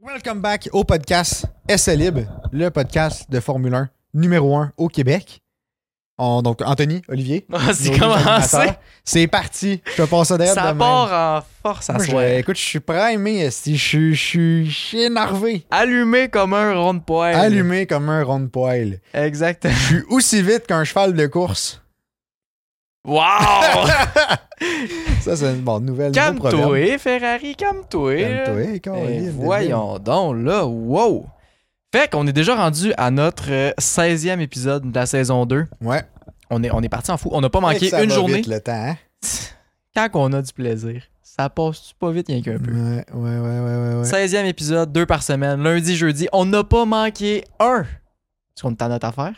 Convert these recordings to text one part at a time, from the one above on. Welcome back au podcast Essai Libre, le podcast de Formule 1 numéro 1 au Québec. On- donc, Anthony, Olivier. Ah, c'est nos deux commencé. animateurs. C'est parti. Je te passe ça derrière. Ça de même. part en force à Moi, je- soir. écoute, je suis primé. Si je suis- je suis je suis énervé. Allumé comme un rond de poêle. Allumé comme un rond de poêle. Exact. Je suis aussi vite qu'un cheval de course. Wow! Ça, c'est une bonne nouvelle. nouveau proverbe. calme-toi, Ferrari, calme-toi. là. Calme-toi, Eh, Caroline. voyons donc, là, wow! Fait qu'on est déjà rendu à notre euh, 16e épisode de la saison 2. Ouais. On est, on est parti en fou. On n'a pas Et que manqué ça une va journée. vite, le temps, hein? Quand on a du plaisir, ça passe pas vite, rien qu'un peu. Ouais, ouais, ouais, ouais, ouais. ouais. 16e épisode, deux par semaine, lundi, jeudi. On n'a pas manqué un. Est-ce qu'on est en notre affaire?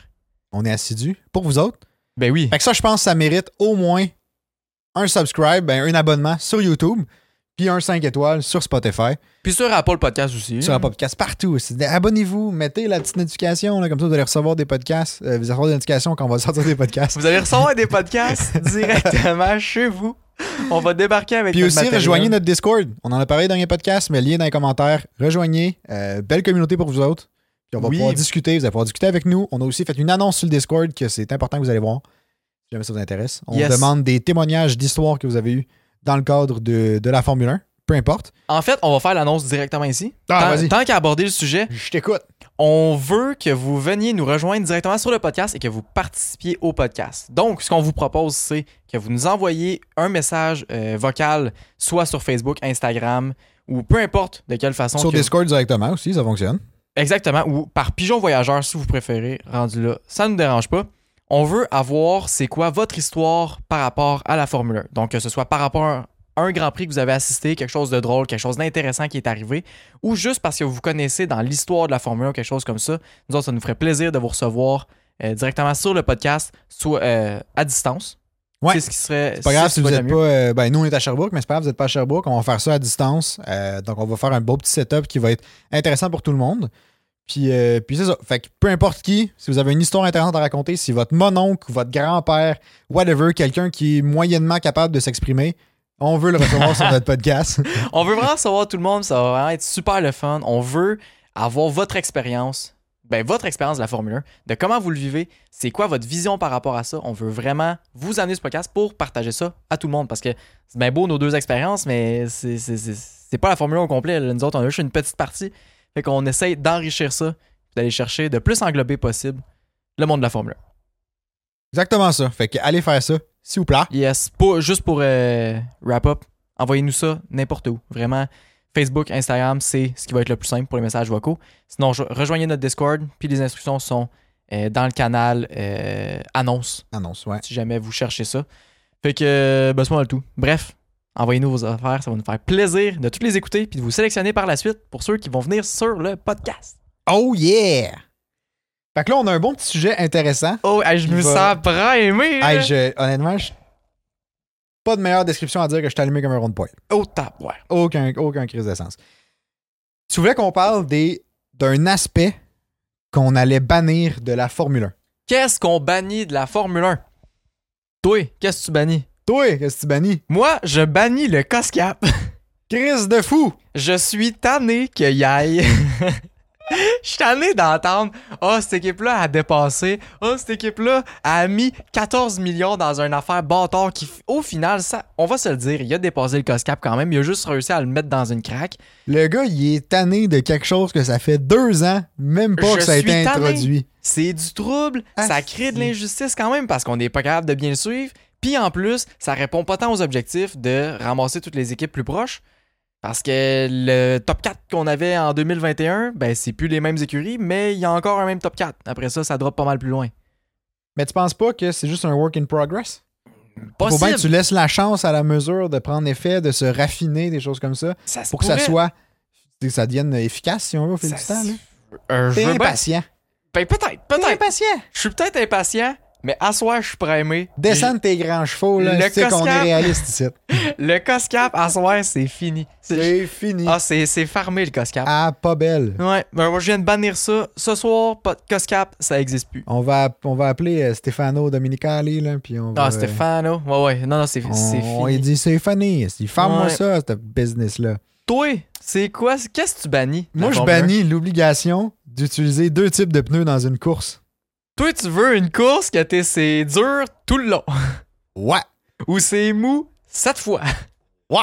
On est assidus. Pour vous autres. Ben oui. Fait que ça, je pense que ça mérite au moins un subscribe, ben, un abonnement sur YouTube, puis un 5 étoiles sur Spotify, Puis sur Apple Podcast aussi. sur un podcast partout. aussi. Ben, Abonnez-vous, mettez la petite notification, là, comme ça vous allez recevoir des podcasts. Euh, vous allez recevoir des notifications quand on va sortir des podcasts. Vous allez recevoir des podcasts directement chez vous. On va débarquer avec Puis notre aussi, matériel. rejoignez notre Discord. On en a parlé dans les podcasts, mais lien dans les commentaires. Rejoignez. Euh, belle communauté pour vous autres. Puis on va Oui. pouvoir discuter. Vous allez pouvoir discuter avec nous. On a aussi fait une annonce sur le Discord que c'est important que vous allez voir. Si jamais ça vous intéresse. On Yes. demande des témoignages d'histoires que vous avez eues dans le cadre de, de la Formule 1. Peu importe. En fait, on va faire l'annonce directement ici. Ah, Tant- vas-y. tant qu'à aborder le sujet, Je t'écoute. on veut que vous veniez nous rejoindre directement sur le podcast et que vous participiez au podcast. Donc, ce qu'on vous propose, c'est que vous nous envoyez un message euh, vocal, soit sur Facebook, Instagram, ou peu importe de quelle façon. Sur que vous- Discord directement aussi, ça fonctionne. Exactement, ou par pigeon voyageur si vous préférez, rendu là. Ça ne nous dérange pas. On veut avoir c'est quoi votre histoire par rapport à la Formule 1. Donc, que ce soit par rapport à un Grand Prix que vous avez assisté, quelque chose de drôle, quelque chose d'intéressant qui est arrivé, ou juste parce que vous connaissez dans l'histoire de la Formule 1 quelque chose comme ça, nous autres, ça nous ferait plaisir de vous recevoir euh, directement sur le podcast, soit euh, à distance. Ouais. C'est ce qui serait. C'est pas grave si vous êtes n'êtes pas. euh, ben, nous, on est à Sherbrooke, mais c'est pas grave, vous n'êtes pas à Sherbrooke. On va faire ça à distance. Euh, donc, on va faire un beau petit setup qui va être intéressant pour tout le monde. Puis, euh, puis c'est ça. Fait que peu importe qui, si vous avez une histoire intéressante à raconter, si votre mononcle, votre grand-père, whatever, quelqu'un qui est moyennement capable de s'exprimer, on veut le recevoir sur notre podcast. On veut vraiment savoir tout le monde, ça va vraiment être super le fun. On veut avoir votre expérience, ben votre expérience de la Formule 1, de comment vous le vivez, c'est quoi votre vision par rapport à ça. On veut vraiment vous amener ce podcast pour partager ça à tout le monde parce que c'est bien beau nos deux expériences, mais c'est- c'est c'est- c'est pas la Formule 1 au complet. là. Nous autres, on a juste une petite partie. Fait qu'on essaye d'enrichir ça, puis d'aller chercher de plus englober possible le monde de la Formule Exactement ça. Fait que allez faire ça, s'il vous plaît. 1. Yes, pour, juste pour euh, wrap up, envoyez-nous ça n'importe où. Vraiment, Facebook, Instagram, c'est ce qui va être le plus simple pour les messages vocaux. Sinon, jo- rejoignez notre Discord, puis les instructions sont euh, dans le canal euh, annonce, Annonce, ouais. si jamais vous cherchez ça. Fait que, euh, ben, c'est pas mal tout. Bref, envoyez-nous vos affaires, ça va nous faire plaisir de toutes les écouter, puis de vous sélectionner par la suite pour ceux qui vont venir sur le podcast. Oh yeah! Fait que là, on a un bon petit sujet intéressant. Oh, hey, je Il me va- sens hein. bras aimé! Hey, là. je- honnêtement, je- pas de meilleure description à dire que je suis allumé comme un rond de poêle. Oh, tap, ouais. Aucun, aucun crise d'essence. Tu voulais qu'on parle des, d'un aspect qu'on allait bannir de la Formule 1. Qu'est-ce qu'on bannit de la Formule 1? Toi, qu'est-ce que tu bannis? Toi, qu'est-ce que tu bannis? Moi, je bannis le Coscap. Crise de fou! Je suis tanné qu'il y aille. Je suis tanné d'entendre Ah, cette équipe-là a dépassé. Ah, cette équipe-là a mis 14 millions dans une affaire bâtard qui, au final, ça, on va se le dire, il a dépassé le Coscap quand même. Il a juste réussi à le mettre dans une craque. Le gars, il est tanné de quelque chose que ça fait deux ans, même pas Je que ça a été suis tanné. introduit. C'est du trouble, Ah, ça crée de si. l'injustice quand même parce qu'on n'est pas capable de bien le suivre. Puis en plus, ça répond pas tant aux objectifs de ramasser toutes les équipes plus proches. Parce que le top 4 qu'on avait en 2021, ben c'est plus les mêmes écuries, mais il y a encore un même top 4. Après ça, ça drop pas mal plus loin. Mais tu penses pas que c'est juste un work in progress? Faut bien Possible. que tu laisses la chance à la mesure de prendre effet, de se raffiner, des choses comme ça, ça se pour que ça pourrait. soit. que ça devienne efficace, si on veut, au fil Ça du temps. se- là. Euh, je T'es veux bien- impatient. Ben, peut-être, T'es peut-être. impatient. Je suis peut-être impatient, mais à soir, je suis primé. Descendre tes grands chevaux, là. Le tu sais qu'on est Coscap. réaliste ici. Le Coscap, à soir, c'est fini. C'est- C'est fini. Ah, c'est c'est farmé le Coscap. Ah, pas belle. Ouais, ben moi je viens de bannir ça. Ce soir, pas de Coscap, ça existe plus. On va, on va appeler euh, Stefano Dominicali, là, puis on va... Ah, Stéphano. Ouais, ouais. Non, non, c'est euh, c'est on- On lui fini. dit, c'est fini. Il ferme-moi Ouais. ça, ce business-là. Toi, c'est quoi? Qu'est-ce que tu bannis? de la Moi, je Formule 1? bannis l'obligation d'utiliser deux types de pneus dans une course. Toi, tu veux une course que t'es- c'est dur tout le long, Ouais. ou c'est mou sept fois, Ouais.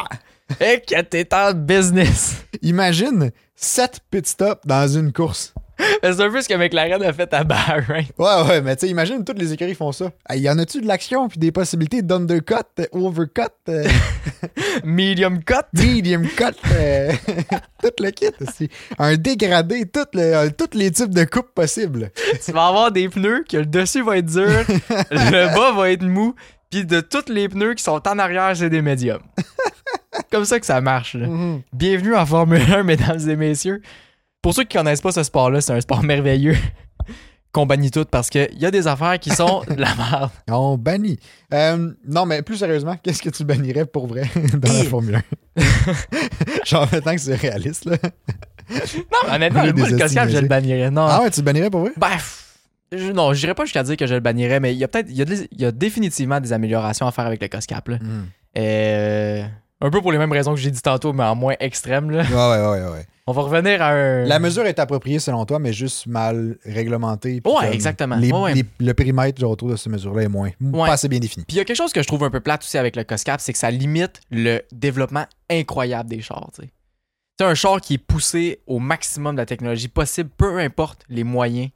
et que t'es en business. Imagine 7 pit stops dans une course. C'est un peu ce que McLaren a fait à Bahreïn. Ouais, ouais, mais tu sais, imagine toutes les écuries font ça. Il y en a-tu de l'action puis des possibilités d'undercut, euh, overcut, euh, Medium cut. medium cut, euh, tout le kit aussi. Un dégradé, tout le- euh, tous les types de coupes possibles. tu vas avoir des pneus que le dessus va être dur, le bas va être mou, puis de tous les pneus qui sont en arrière, c'est des médiums. Comme ça que ça marche. là. Mhm. Bienvenue en Formule 1, mesdames et messieurs. Pour ceux qui connaissent pas ce sport-là, c'est un sport merveilleux qu'on bannit tout parce qu'il y a des affaires qui sont de la merde. On bannit. Euh, non, mais plus sérieusement, qu'est-ce que tu bannirais pour vrai dans la Et- Formule 1? Genre, tant que c'est réaliste, là. Non, mais honnêtement, Brûler moi, des le Coscap, je assises le bannirais. Non, Ah ouais, tu bannirais pour vrai? Ben, pff, je- non, j'irais pas jusqu'à dire que je le bannirais, mais il y a peut-être, il y, a des- il y a définitivement des améliorations à faire avec le Coscap. là. Mm. Euh, un peu pour les mêmes raisons que j'ai dit tantôt, mais en moins extrême. Là. Ouais, ouais, ouais, ouais. On va revenir à un. La mesure est appropriée selon toi, mais juste mal réglementée. puis Ouais, comme exactement. les- Ouais, ouais. les- le périmètre genre, autour de cette mesure-là est moins. Ouais. Pas assez bien défini. Puis il y a quelque chose que je trouve un peu plate aussi avec le COSCAP, c'est que ça limite le développement incroyable des chars. tu sais. C'est un char qui est poussé au maximum de la technologie possible, peu importe les moyens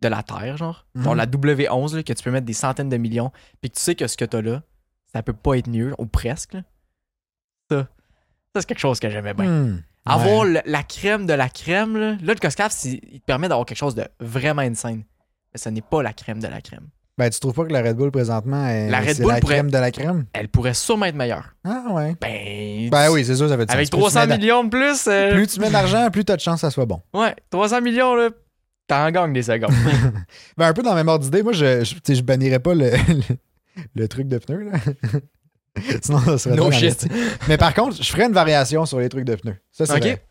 de la Terre, genre. Mhm. Genre la W11, là, que tu peux mettre des centaines de millions, puis que tu sais que ce que t'as là, ça peut pas être mieux, ou presque. là. Ça, ça c'est quelque chose que j'aimais bien. Hmm. Avoir Ouais. le- la crème de la crème, là, là, le COSCAP, c'est- il te permet d'avoir quelque chose de vraiment insane. Mais ce n'est pas la crème de la crème. Ben, tu trouves pas que la Red Bull présentement, est La la, Red c'est Bull la pourrait- crème de la crème? Elle pourrait sûrement être meilleure. Ah ouais. Ben, Ben tu- oui, c'est sûr, ça fait du Avec sens. Plus tu 300 mets d'a- millions de plus. euh, Plus tu mets d'argent, plus tu as de chance que ça soit bon. Ouais, 300 millions, là. T'en gagnes des secondes. Ben, un peu dans le même ordre d'idée, moi, je, je, tu sais, je bannirais pas le, le, le truc de pneus, là. Sinon, ça serait no drôle, shit. Mais par contre, je ferais une variation sur les trucs de pneus. Ça, c'est Ok. vrai.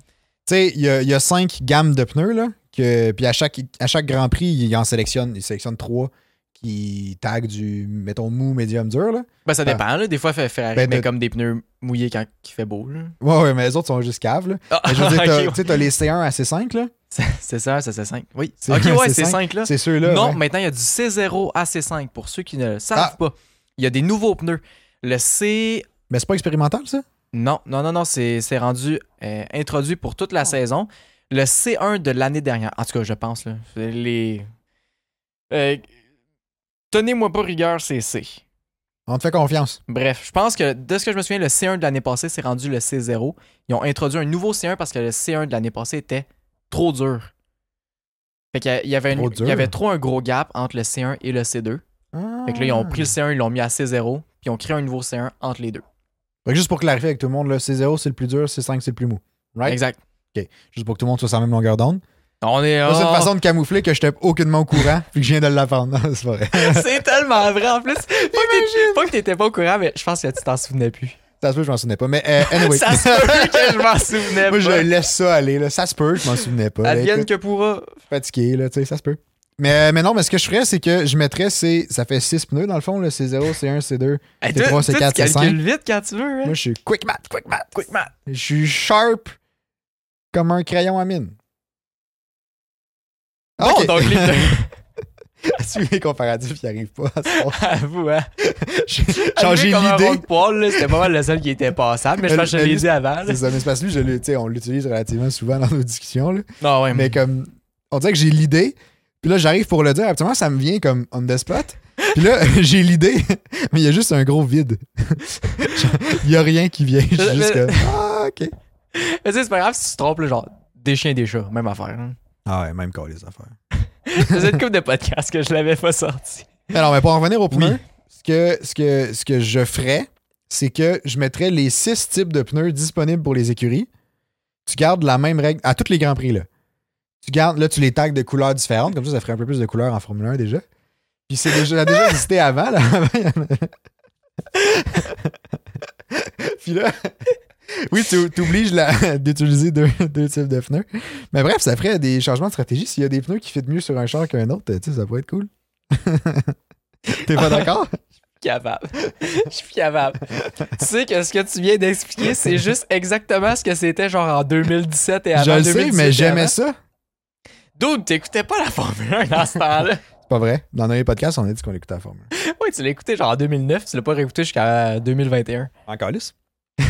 Tu sais, il y a, il y a cinq gammes de pneus, là. Que, puis à chaque, à chaque Grand Prix, il en sélectionne, il sélectionne trois qui taguent du, mettons, mou, médium, dur, là. Ben, ça Ben, dépend, là. Des fois, fait Ferrari ben, met de- comme des pneus mouillés quand il fait beau, là. Ouais, ouais, mais les autres sont juste caves, là. Ah, Mais je veux dire, ok, t'as- ouais. tu sais, t'as les C1 à C5, là. C'est- C'est ça, ça, c'est 5. Oui. C'est- Ok, ouais, c'est c'est cinq. 5, là. C'est ceux-là. non, ouais. maintenant, il y a du C0 à C5 pour ceux qui ne le savent Ah. pas. Il y a des nouveaux pneus. Le C. Mais c'est pas expérimental, ça? Non, non, non, non, c'est c'est rendu euh, introduit pour toute la saison. Le C1 de l'année dernière. En tout cas, je pense, là. Les. Euh, Tenez-moi pas rigueur, c'est C. On te fait confiance. Bref, je pense que de ce que je me souviens, le C1 de l'année passée s'est rendu le C0. Ils ont introduit un nouveau C1 parce que le C1 de l'année passée était trop dur. Fait qu'il y a- il y avait, une- Trop dur. il y avait trop un gros gap entre le C1 et le C2. Fait que là, ils ont Ah. pris le C1, ils l'ont mis à C0, puis ils ont créé un nouveau C1 entre les deux. Fait que juste pour clarifier avec tout le monde, là, C0, c'est le plus dur, C5, c'est le plus mou. Right? Exact. Juste pour que tout le monde soit sur la même longueur d'onde. On est. Ça, C'est on- une façon de camoufler que j'étais aucunement au courant puis que je viens de l'apprendre. Non, c'est pas vrai. C'est tellement vrai en plus. Pas que t'étais- pas que t'étais pas au courant, mais je pense que tu t'en souvenais plus. Ça se peut, je m'en souvenais pas. Mais euh, anyway. Ça se peut que je m'en souvenais Moi, je pas. laisse ça aller. Là. Ça se peut, je m'en souvenais pas. Là, Advienne écoute, que pourra. je suis fatigué, là, tu sais, ça se peut. Mais, euh, mais non, mais ce que je ferais, c'est que je mettrais, c'est, ça fait 6 pneus dans le fond, là, C0, C1, C2. Hey, C'est toi- trois, toi, c'est tu quatre, c'est cinq. calcules vite quand tu veux. hein. Moi, je suis quick math, quick math, quick. Quick math. Je suis sharp comme un crayon à mine. Bon, Ah, Ok. donc les deux. Suis les comparatifs, ils arrivent pas. à se- Avoue, hein. Changer Lui, comme un rond l'idée. de poil, là, C'était pas mal le seul qui était passable, mais je Mais pense que je lui- te l'ai dit avant. là. C'est ça, mais c'est parce que lui, je le- tu sais, on l'utilise relativement souvent dans nos discussions. Là. Non, ouais, Mais mais. comme, on dirait que j'ai l'idée, puis là, j'arrive pour le dire, habituellement, ça me vient comme on the spot. Puis là, j'ai l'idée, mais il y a juste un gros vide. Il y a rien qui vient. Je suis juste comme, ah, ok. Mais tu sais, c'est pas grave si tu te trompes, là, genre, des chiens, des chats, même affaire. hein. Ah ouais, même quand les affaires. Faisais une couple de podcasts que je l'avais pas sorti. Alors, mais pour en revenir au pneu, Oui. ce, que, ce, que, ce que je ferais, c'est que je mettrais les six types de pneus disponibles pour les écuries. Tu gardes la même règle à tous les grands prix. Là, tu gardes, là tu les tags de couleurs différentes. Comme ça, ça ferait un peu plus de couleurs en Formule 1 déjà. Puis c'est déjà, ça a déjà existé avant. Là. Avant, il y en a- Puis là, oui, tu t'obliges la- d'utiliser deux, deux types de pneus. Mais bref, ça ferait des changements de stratégie. S'il y a des pneus qui fitent mieux sur un char qu'un autre, tu sais, ça pourrait être cool. T'es pas d'accord? capable. Je suis plus capable. tu sais que ce que tu viens d'expliquer, c'est juste exactement ce que c'était genre en 2017 et Je avant le sais, 2017 mais et j'aimais avant. ça. Dude, t'écoutais pas la Formule 1 dans ce temps-là. C'est pas vrai. Dans les podcasts, on a dit qu'on écoutait la Formule. Oui, tu l'as écouté genre en 2009, tu l'as pas réécouté jusqu'à 2021. Encore lisse.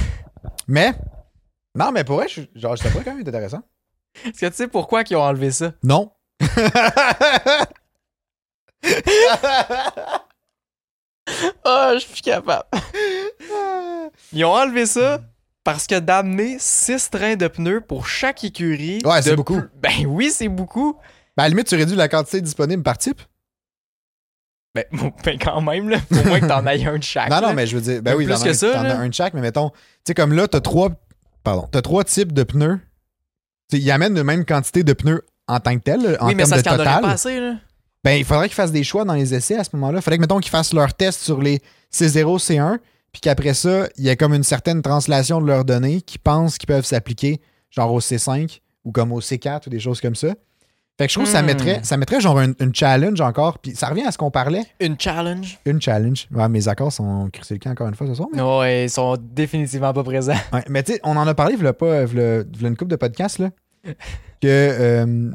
mais, non, mais pour vrai, je, genre, je sais pas quand même intéressant. Est-ce que tu sais pourquoi ils ont enlevé ça? Non. Ah, je suis plus capable. Ils ont enlevé ça parce que d'amener 6 trains de pneus pour chaque écurie. Ouais, c'est de beaucoup. plus- Ben oui, c'est beaucoup. Ben, à la limite, tu réduis la quantité disponible par type. Ben, bon, ben quand même, là, pour moins que t'en ailles un de chaque. Non, non, là. mais je veux dire, ben oui, Plus t'en as que un- ça, t'en là. as un de chaque, mais mettons, tu sais, comme là, t'as trois, pardon, t'as trois types de pneus. Tu sais, ils amènent la même quantité de pneus en tant que tel, en Oui, mais termes ça de se garderait total. pas assez, là. Ben, il faudrait qu'ils fassent des choix dans les essais à ce moment-là. Il faudrait que, mettons, qu'ils fassent leur test sur les C0, C1, puis qu'après ça, il y a comme une certaine translation de leurs données qui pensent qu'ils peuvent s'appliquer, genre au C5 ou comme au C4 ou des choses comme ça. Fait que je trouve que ça Hmm. mettrait, ça mettrait genre une, une challenge encore, puis ça revient à ce qu'on parlait. Une challenge. Une challenge. Ouais, mes accords sont crissés le camp encore une fois ce soir, mais- Non, ouais, ils sont définitivement pas présents. Ouais, mais tu sais, on en a parlé, v'là pas, v'là- v'là une coupe de podcasts, là. Que. euh,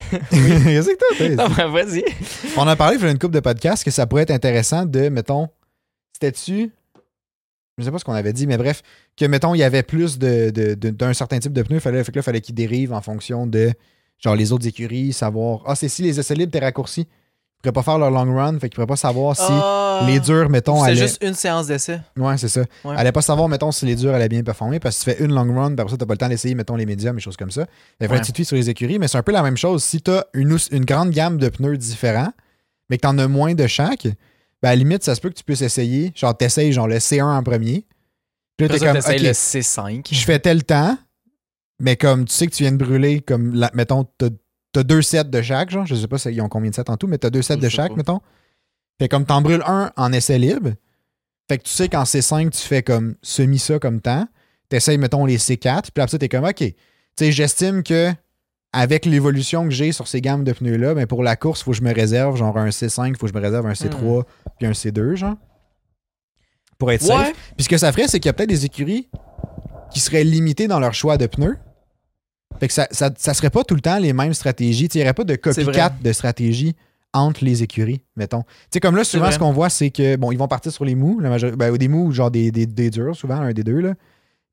Qu'est-ce que t'as fait? Non, mais vas-y. On a parlé, v'là une coupe de podcasts, que ça pourrait être intéressant de, mettons, c'était-tu. Je sais pas ce qu'on avait dit, mais bref, que, mettons, il y avait plus de, de- de- d'un certain type de pneu. Fallait, fait que là, fallait qu'il dérive en fonction de, genre, les autres écuries, savoir. Ah, c'est si les essais libres étaient raccourcis. Ils pourraient pas faire leur long run, fait qu'ils pourraient pas savoir si Ah. les durs, mettons, C'est allaient. juste une séance d'essai. Ouais, c'est ça. Ouais. Elle allait pas savoir, mettons, si les durs allaient bien performer parce que tu fais une long run, puis après ça, t'as pas le temps d'essayer, mettons, les médiums et choses comme ça. Fait vrai, Ouais. tu te fies sur les écuries, mais c'est un peu la même chose. Si t'as une, ous- une grande gamme de pneus différents, mais que t'en as moins de chaque, ben, à la limite, ça se peut que tu puisses essayer. Genre, t'essayes, genre, le C1 en premier. Puis là, Après t'es ça, comme, t'essayes OK, le C5. je fais tel temps, mais comme tu sais que tu viens de brûler, comme, la- mettons, t'as t'as deux sets de chaque, genre, je sais pas ils ont combien de sets en tout, mais t'as deux sets Je de sais chaque, pas. mettons. Fait comme t'en brûles un en essai libre, fait que tu sais qu'en C5, tu fais comme semi ça comme temps, t'essayes, mettons, les C4, puis après ça, t'es comme, OK, tu sais, j'estime que avec l'évolution que j'ai sur ces gammes de pneus-là, ben pour la course, faut que je me réserve genre un C5, faut que je me réserve un C3, puis un C2, genre. Pour être safe. Hmm. Ouais. Puis ce que ça ferait, c'est qu'il y a peut-être des écuries qui seraient limitées dans leur choix de pneus. Fait que ça, ça, ça serait pas tout le temps les mêmes stratégies. Tu sais, Il n'y aurait pas de C'est vrai. copycat de stratégie entre les écuries, mettons. Tu sais, comme là, C'est souvent, vrai. ce qu'on voit, c'est que, bon, ils vont partir sur les mous, la majorité, ben, des mous, genre des, des, des durs, souvent, un des deux, là.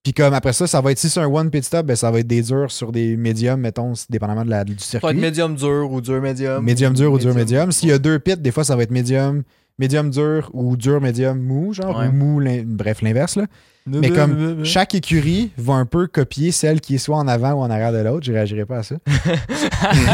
Puis comme après ça, ça va être, si c'est un one pit stop, ben, ça va être des durs sur des médiums, mettons, dépendamment de la, du Ça va être circuit. médium dur ou dur médium. Médium dur ou dur médium. médium. S'il y a deux pits, des fois, ça va être médium, médium dur ou dur médium mou, genre, Ouais. ou mou, l'in- bref, l'inverse, là. Mais comme chaque écurie va un peu copier celle qui est soit en avant ou en arrière de l'autre, je réagirai pas à ça.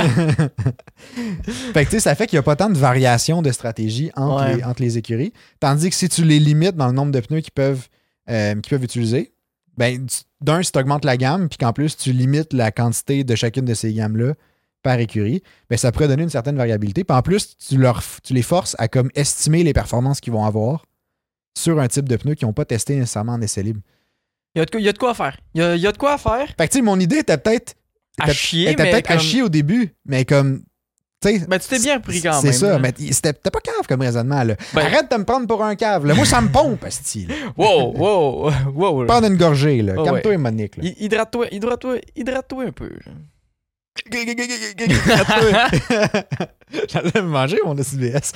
fait que tu sais, ça fait qu'il n'y a pas tant de variations de stratégie entre, Ouais. les, entre les écuries. Tandis que si tu les limites dans le nombre de pneus qu'ils peuvent, euh, qu'ils peuvent utiliser, ben tu- d'un, si tu augmentes la gamme, puis qu'en plus tu limites la quantité de chacune de ces gammes-là par écurie, ben ça pourrait donner une certaine variabilité. Puis en plus, tu, leur, f- tu les forces à comme estimer les performances qu'ils vont avoir sur un type de pneus qu'ils n'ont pas testé nécessairement en essai libre. Il y, a de quoi- il y a de quoi faire. Il y a, il y a de quoi faire. Fait que, tu sais, mon idée était peut-être. À était- chier, était mais peut-être à comme- chier au début, mais comme. Tu sais. Ben, tu t'es bien pris quand C'est même. ça, là. mais t- c'était t'es pas cave comme raisonnement, là. Ben- Arrête de me prendre pour un cave, là. Moi, ça me pompe, style. Wow, wow, wow. là. Prends une gorgée, là. Ah Calme-toi, Monique, là. Hy- Hydrate-toi, hydrate-toi, hydrate-toi un peu. là. J'allais me manger mon SBS.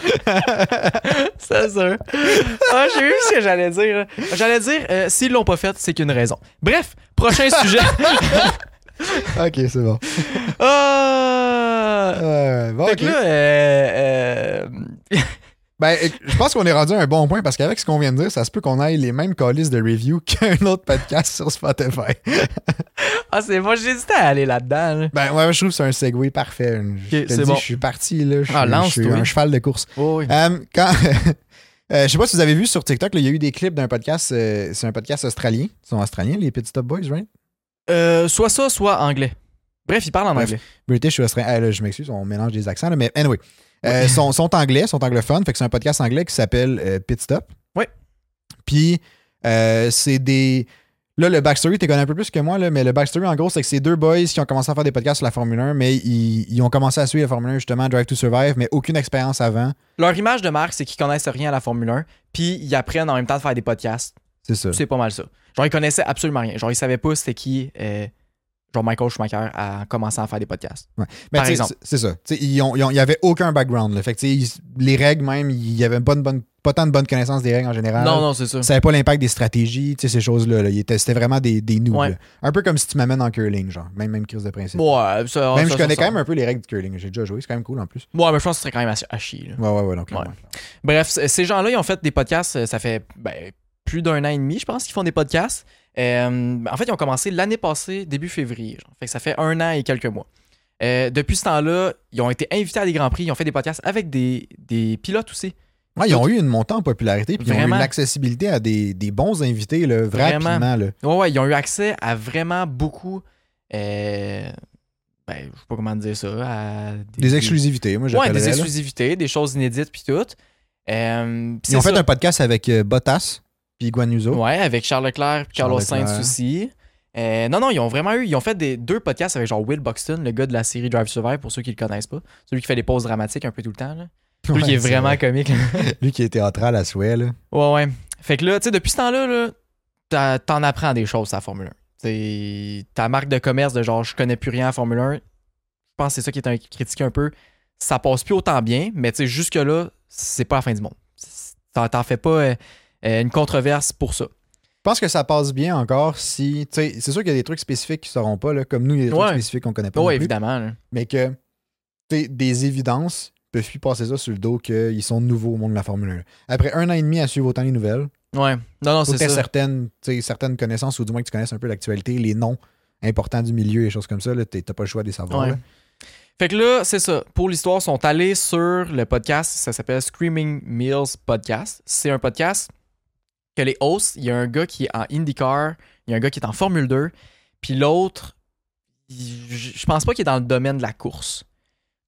C'est sûr. Ah, j'ai vu ce que j'allais dire. là. J'allais dire, euh, s'ils l'ont pas fait, c'est qu'une raison. Bref, prochain sujet. ok, c'est bon. Ah. Euh, bon, Fait ok. que là, euh, euh, Ben, euh, je pense qu'on est rendu à un bon point parce qu'avec ce qu'on vient de dire, ça se peut qu'on aille les mêmes colis de review qu'un autre podcast sur Spotify. ah, c'est moi, j'hésitais à aller là-dedans. là. Ben ouais, je trouve que c'est un segway parfait. Je te c'est le dis, bon. je suis parti, là. Je, Ah, suis- je lance-toi. suis un cheval de course. Oh, oui. Euh, quand, euh, je sais pas si vous avez vu sur TikTok, là, il y a eu des clips d'un podcast, euh, c'est un podcast australien. Ils sont australiens, les Pit Stop Boys, right? Euh, soit ça, soit anglais. Bref, il parle en Bref. anglais. British ou australien. Ah, là, je m'excuse, on mélange des accents, là, mais anyway. Euh, sont, sont anglais, sont anglophones, fait que c'est un podcast anglais qui s'appelle euh, Pit Stop. Ouais. Puis, euh, c'est des. Là, le backstory, tu connais un peu plus que moi, là, mais le backstory, en gros, c'est que c'est deux boys qui ont commencé à faire des podcasts sur la Formule 1, mais ils, ils ont commencé à suivre la Formule 1, justement, Drive to Survive, mais aucune expérience avant. Leur image de marque, c'est qu'ils connaissent rien à la Formule 1, puis ils apprennent en même temps de faire des podcasts. C'est ça. C'est pas mal ça. Genre, ils connaissaient absolument rien. Genre, ils savaient pas c'était qui, euh, genre Michael Schumacher, a commencé à faire des podcasts. Mais Par tu sais, exemple. C'est c'est ça. Tu sais, Ils ont, ils ont- il y avait aucun background. Là. Fait que, tu sais, ils- les règles, même, il y avait pas, une bonne, pas tant de bonne connaissance des règles en général. non, non, c'est ça. Ils savaient pas l'impact des stratégies, tu sais, ces choses-là. là. Ils étaient- C'était vraiment des, des noobs, Ouais. là. Un peu comme si tu m'amènes en curling, genre. Même, même crise de principe. Ouais, ça, même, ça, je ça, connais ça. quand même un peu les règles du curling. J'ai déjà joué, c'est quand même cool en plus. Ouais, mais je pense que ce serait quand même à, à chier. là. Ouais, ouais, ouais. Donc, clairement. Bref, c- ces gens-là, ils ont fait des podcasts, euh, ça fait ben, plus d'un an et demi, je pense, qu'ils font des podcasts. Euh, en fait, ils ont commencé l'année passée, début février. genre. Fait que ça fait un an et quelques mois. Euh, depuis ce temps-là, ils ont été invités à des Grands Prix, ils ont fait des podcasts avec des, des pilotes aussi. Ouais, ils ont eu une montée en popularité, puis ils ont eu Vraiment. l'accessibilité à des, des bons invités, là, Vraiment. rapidement. Là. Ouais, ouais, ils ont eu accès à vraiment beaucoup. euh, ben, je sais pas comment dire ça. À Des exclusivités, moi, Ouais, j'appellerais. des là. exclusivités, des choses inédites, puis tout. Euh, puis Ils ont c'est fait ça. un podcast avec euh, Bottas, puis Guanuso. Ouais, avec Charles Leclerc puis Oh. Charles Carlos Leclerc. Sainz aussi. Euh, non, non, ils ont vraiment eu. Ils ont fait des, deux podcasts avec genre Will Buxton, le gars de la série Drive Survive, pour ceux qui le connaissent pas. Celui qui fait des pauses dramatiques un peu tout le temps. Là. Lui Ouais, qui est c'est vraiment vrai. comique. là. Lui qui est théâtral à souhait, là. ouais, ouais. Fait que là, tu sais, depuis ce temps-là, là, t'as- t'en apprends des choses à la Formule 1. T'sais, ta marque de commerce de genre je connais plus rien à la Formule 1, je pense que c'est ça qui est un, critiqué un peu. Ça passe plus autant bien, mais tu sais, jusque-là, c'est pas la fin du monde. T'en t'en fais pas euh, euh, une controverse pour ça. Je pense que ça passe bien encore si. tu sais, C'est sûr qu'il y a des trucs spécifiques qui ne seront pas, là, comme nous, il y a des Ouais. trucs spécifiques qu'on connaît pas. non Ouais, plus, évidemment. là. mais que tu sais, des évidences peuvent plus passer ça sur le dos qu'ils sont nouveaux au monde de la Formule 1. Après un an et demi à suivre autant les nouvelles, Ouais. Non, non, faut Ah, c'est que t'aies ça. certaines, tu sais, certaines connaissances ou du moins que tu connaisses un peu l'actualité, les noms importants du milieu et choses comme ça. là, t'es- T'as pas le choix de les savoir. Ouais. là. Fait que là, c'est ça. Pour l'histoire, ils sont allés sur le podcast. Ça s'appelle Screaming Meals Podcast. C'est un podcast que les hosts, il y a un gars qui est en IndyCar, il y a un gars qui est en Formule 2, puis l'autre, il- je je pense pas qu'il est dans le domaine de la course.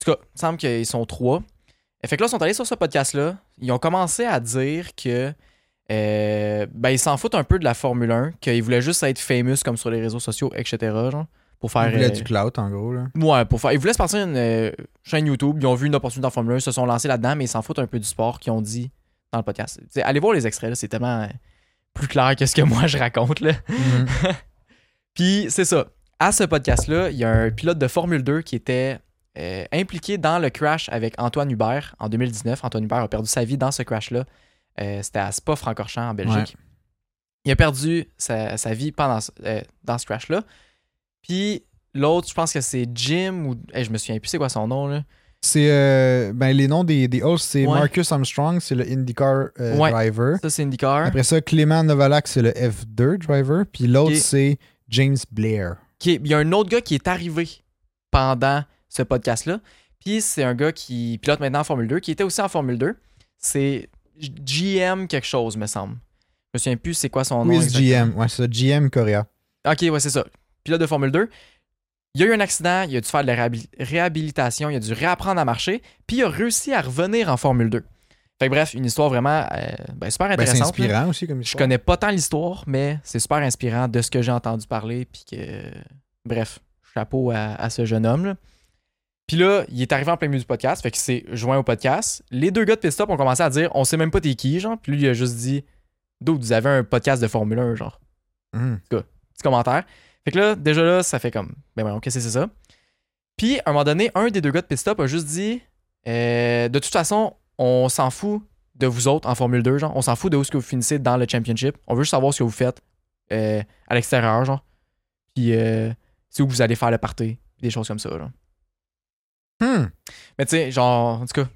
En tout cas, il me semble qu'ils sont trois. Et fait que là, ils sont allés sur ce podcast-là. Ils ont commencé à dire que. euh, ben, ils s'en foutent un peu de la Formule 1, qu'ils voulaient juste être famous comme sur les réseaux sociaux, etc. genre, pour faire. Ils voulaient euh, du clout, en gros. Là. Ouais, pour faire. Ils voulaient se partir une euh, chaîne YouTube, ils ont vu une opportunité en Formule 1, ils se sont lancés là-dedans, mais ils s'en foutent un peu du sport qu'ils ont dit dans le podcast. T'sais, allez voir les extraits, là, c'est tellement euh, plus clair que ce que moi je raconte. Là. Puis c'est ça. À ce podcast-là, il y a un pilote de Formule 2 qui était euh, impliqué dans le crash avec Antoine Hubert en 2019. Antoine Hubert a perdu sa vie dans ce crash-là. Euh, C'était à Spa-Francorchamps en Belgique. Il a perdu sa, sa vie pendant ce- euh, dans ce crash-là. Puis l'autre, je pense que c'est Jim ou eh, je me souviens plus c'est quoi son nom là. C'est euh, ben, les noms des, des hosts, c'est Ouais. Marcus Armstrong, c'est le IndyCar euh, Ouais. driver. Ça c'est IndyCar. Après ça, Clément Novalak, c'est le F2 driver. Puis l'autre, Ok. c'est James Blair. qui est- il y a un autre gars qui est arrivé pendant ce podcast-là. Puis c'est un gars qui pilote maintenant en Formule 2, qui était aussi en Formule 2. C'est G- GM quelque chose, me semble. Je me souviens plus c'est quoi son nom. Who is exactement. GM? Ouais, Ben, c'est ça, GM Korea. Ok, ouais, c'est ça. Pilote de Formule 2. Il y a eu un accident, il a dû faire de la réhabil- réhabilitation, il a dû réapprendre à marcher, puis il a réussi à revenir en Formule 2. Fait que bref, une histoire vraiment euh, ben, super Ben, c'est intéressante. là. inspirant aussi comme Je histoire. connais pas tant l'histoire, mais c'est super inspirant de ce que j'ai entendu parler. Puis que. Bref, chapeau à, à ce jeune homme. là. Puis là, il est arrivé en plein milieu du podcast, fait qu'il s'est joint au podcast. Les deux gars de Pit Stop ont commencé à dire on sait même pas t'es qui, genre. Puis lui, il a juste dit D'où vous avez un podcast de Formule 1, genre. Mhm. Petit commentaire. Fait que là, déjà là, ça fait comme Ben voyons, qu'est-ce que c'est ça Puis à un moment donné, un des deux gars de Pit Stop a juste dit Euh, De toute façon, on s'en fout de vous autres en Formule 2, genre. On s'en fout de où ce que vous finissez dans le championship. On veut juste savoir ce que vous faites euh, à l'extérieur, genre. Puis euh, c'est où vous allez faire le party, des choses comme ça, genre. Hmm. Mais tu sais, genre, en tout cas,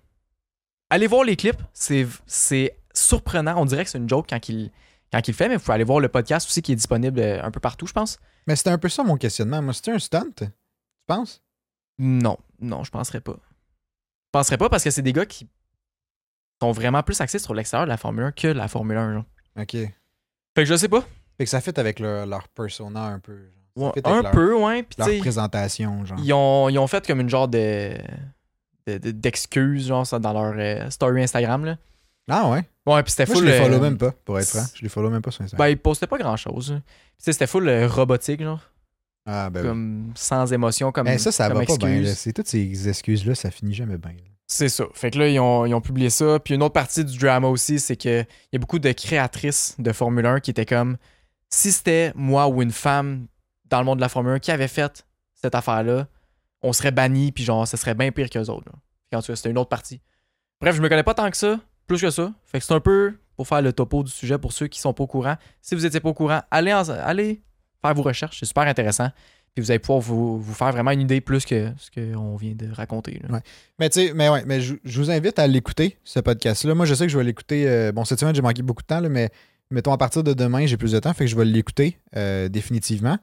allez voir les clips, c'est, c'est surprenant. On dirait que c'est une joke quand il, quand il le fait, mais vous pouvez aller voir le podcast aussi qui est disponible euh, un peu partout, je pense. Mais c'était un peu ça mon questionnement. Moi, c'était un stunt, tu penses? Non, non, je penserais pas. Je penserais pas parce que c'est des gars qui sont vraiment plus axés sur l'extérieur de la Formule 1 que la Formule 1. genre. Ok. Fait Fait que je sais pas. que ça fit avec leur, leur persona un peu. genre. Ça Ouais, fit avec un leur- peu, ouais. Puis tu Leur sais, présentation, genre. ils ont, ils ont fait comme une genre de, de- de- d'excuse, genre, ça, dans leur euh, story Instagram, là. Ah ouais? Ouais, puis c'était Moi, je full. les euh, follow même pas, pour être franc. Je les follow même pas sur Instagram. Ben, il postait pas grand chose. C'était full euh, robotique, genre. ah, ben oui. Comme sans émotion, comme. Eh, ça, ça comme va pas bien. excuse. là. C'est toutes ces excuses-là, ça finit jamais bien. là. C'est ça. Fait que là, ils ont, ils ont publié ça. Puis une autre partie du drama aussi, c'est qu'il y a beaucoup de créatrices de Formule 1 qui étaient comme si c'était moi ou une femme dans le monde de la Formule 1 qui avait fait cette affaire-là, on serait banni, puis genre, ça serait bien pire qu'eux autres. là. Puis en tout cas, c'était une autre partie. Bref, je me connais pas tant que ça, plus que ça. Fait que c'est un peu pour faire le topo du sujet pour ceux qui sont pas au courant. Si vous étiez pas au courant, allez, en- allez faire vos recherches, c'est super intéressant. Puis vous allez pouvoir vous, vous faire vraiment une idée plus que ce qu'on vient de raconter. là. Ouais. Mais tu sais, mais ouais, mais je, je vous invite à l'écouter, ce podcast-là. Moi, je sais que je vais l'écouter. euh, bon, cette semaine, j'ai manqué beaucoup de temps, là, mais mettons à partir de demain, j'ai plus de temps, fait que je vais l'écouter euh, définitivement.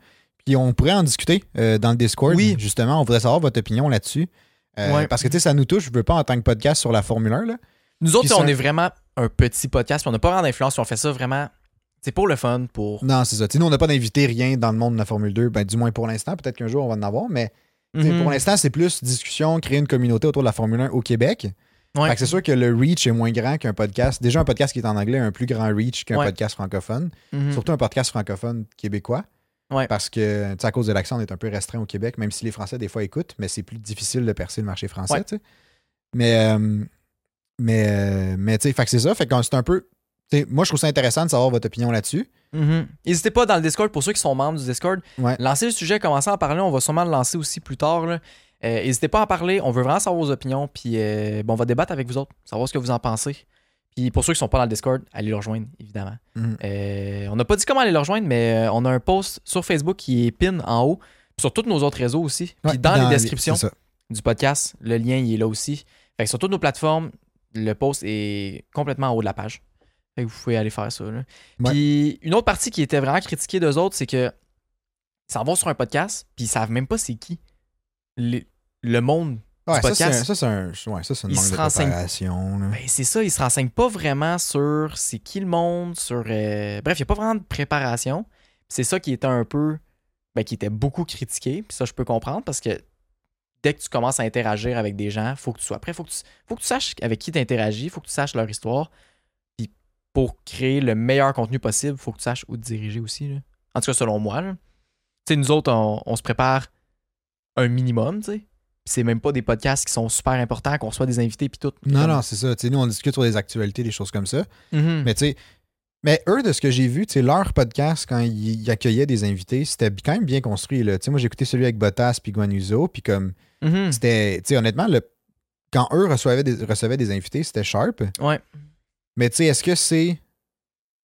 Puis on pourrait en discuter euh, dans le Discord. Oui. Justement, on voudrait savoir votre opinion là-dessus. Euh, Ouais. Parce que tu sais, ça nous touche. Je veux pas en tant que podcast sur la Formule 1. Là. Nous autres, Puis tu sais, c'est on un- est vraiment un petit podcast, puis on n'a pas vraiment d'influence, puis on fait ça vraiment. C'est pour le fun, pour. Non, c'est ça. Tu sais, nous, on n'a pas d'invité rien dans le monde de la Formule 2, ben, du moins pour l'instant. Peut-être qu'un jour, on va en avoir, mais tu sais, Mhm. pour l'instant, Mm-hmm. c'est plus discussion, créer une communauté autour de la Formule 1 au Québec. Ouais. Fait que c'est sûr que le reach est moins grand qu'un podcast. Déjà, un podcast qui est en anglais a un plus grand reach qu'un Ouais. podcast francophone. Mhm. Surtout un podcast francophone québécois. Ouais. Parce que, tu sais, à cause de l'accent, on est un peu restreint au Québec, même si les Français, des fois, écoutent, mais c'est plus difficile de percer le marché français, Ouais. tu sais. Mais, euh, mais, euh, mais tu sais, fait que c'est ça. Fait que c'est un peu. tu sais, Moi, je trouve ça intéressant de savoir votre opinion là-dessus. Mhm. N'hésitez pas dans le Discord, pour ceux qui sont membres du Discord, Ouais. lancez le sujet, commencez à en parler, on va sûrement le lancer aussi plus tard. là. Euh, N'hésitez pas à en parler, on veut vraiment savoir vos opinions, puis euh, ben, on va débattre avec vous autres, savoir ce que vous en pensez. Puis pour ceux qui sont pas dans le Discord, allez le rejoindre, évidemment. Mhm. Euh, on n'a pas dit comment aller le rejoindre, mais euh, on a un post sur Facebook qui est pin en haut, puis sur tous nos autres réseaux aussi, puis Ouais, dans, les descriptions. c'est ça. du podcast. Le lien, il est là aussi. Fait que sur toutes nos plateformes, le post est complètement en haut de la page. Fait que vous pouvez aller faire ça. là. Ouais. Puis une autre partie qui était vraiment critiquée d'eux autres, c'est que ils s'en vont sur un podcast, puis ils savent même pas c'est qui. Le, le monde. Ouais, Du ça, c'est un- podcast. ça, c'est un, ouais, ça, c'est une Ils manque se de renseignent. préparation. là. Ben, c'est ça, ils se renseignent pas vraiment sur c'est qui le monde, sur. euh, Bref, il n'y a pas vraiment de préparation. Puis C'est ça qui était un peu. ben, qui était beaucoup critiqué. Puis ça, je peux comprendre parce que dès que tu commences à interagir avec des gens, faut que tu sois prêt, faut que tu, faut que tu saches avec qui tu interagis, faut que tu saches leur histoire. Puis pour créer le meilleur contenu possible, faut que tu saches où te diriger aussi. là. En tout cas, selon moi. là. Tu sais, nous autres, on, on se prépare un minimum, tu sais. Puis c'est même pas des podcasts qui sont super importants, qu'on soit des invités, puis tout. Non, non, c'est ça. Tu sais, nous, on discute sur des actualités, des choses comme ça. Mhm. Mais tu sais, mais eux, de ce que j'ai vu, tu sais, leur podcast, quand ils ils accueillaient des invités, c'était quand même bien construit. Là. Tu sais, Moi, j'ai écouté celui avec Bottas puis Guanuso, puis comme Mhm. c'était, tu sais, honnêtement, le, quand eux recevaient des, recevaient des invités, c'était sharp. Ouais. Mais tu sais, est-ce que c'est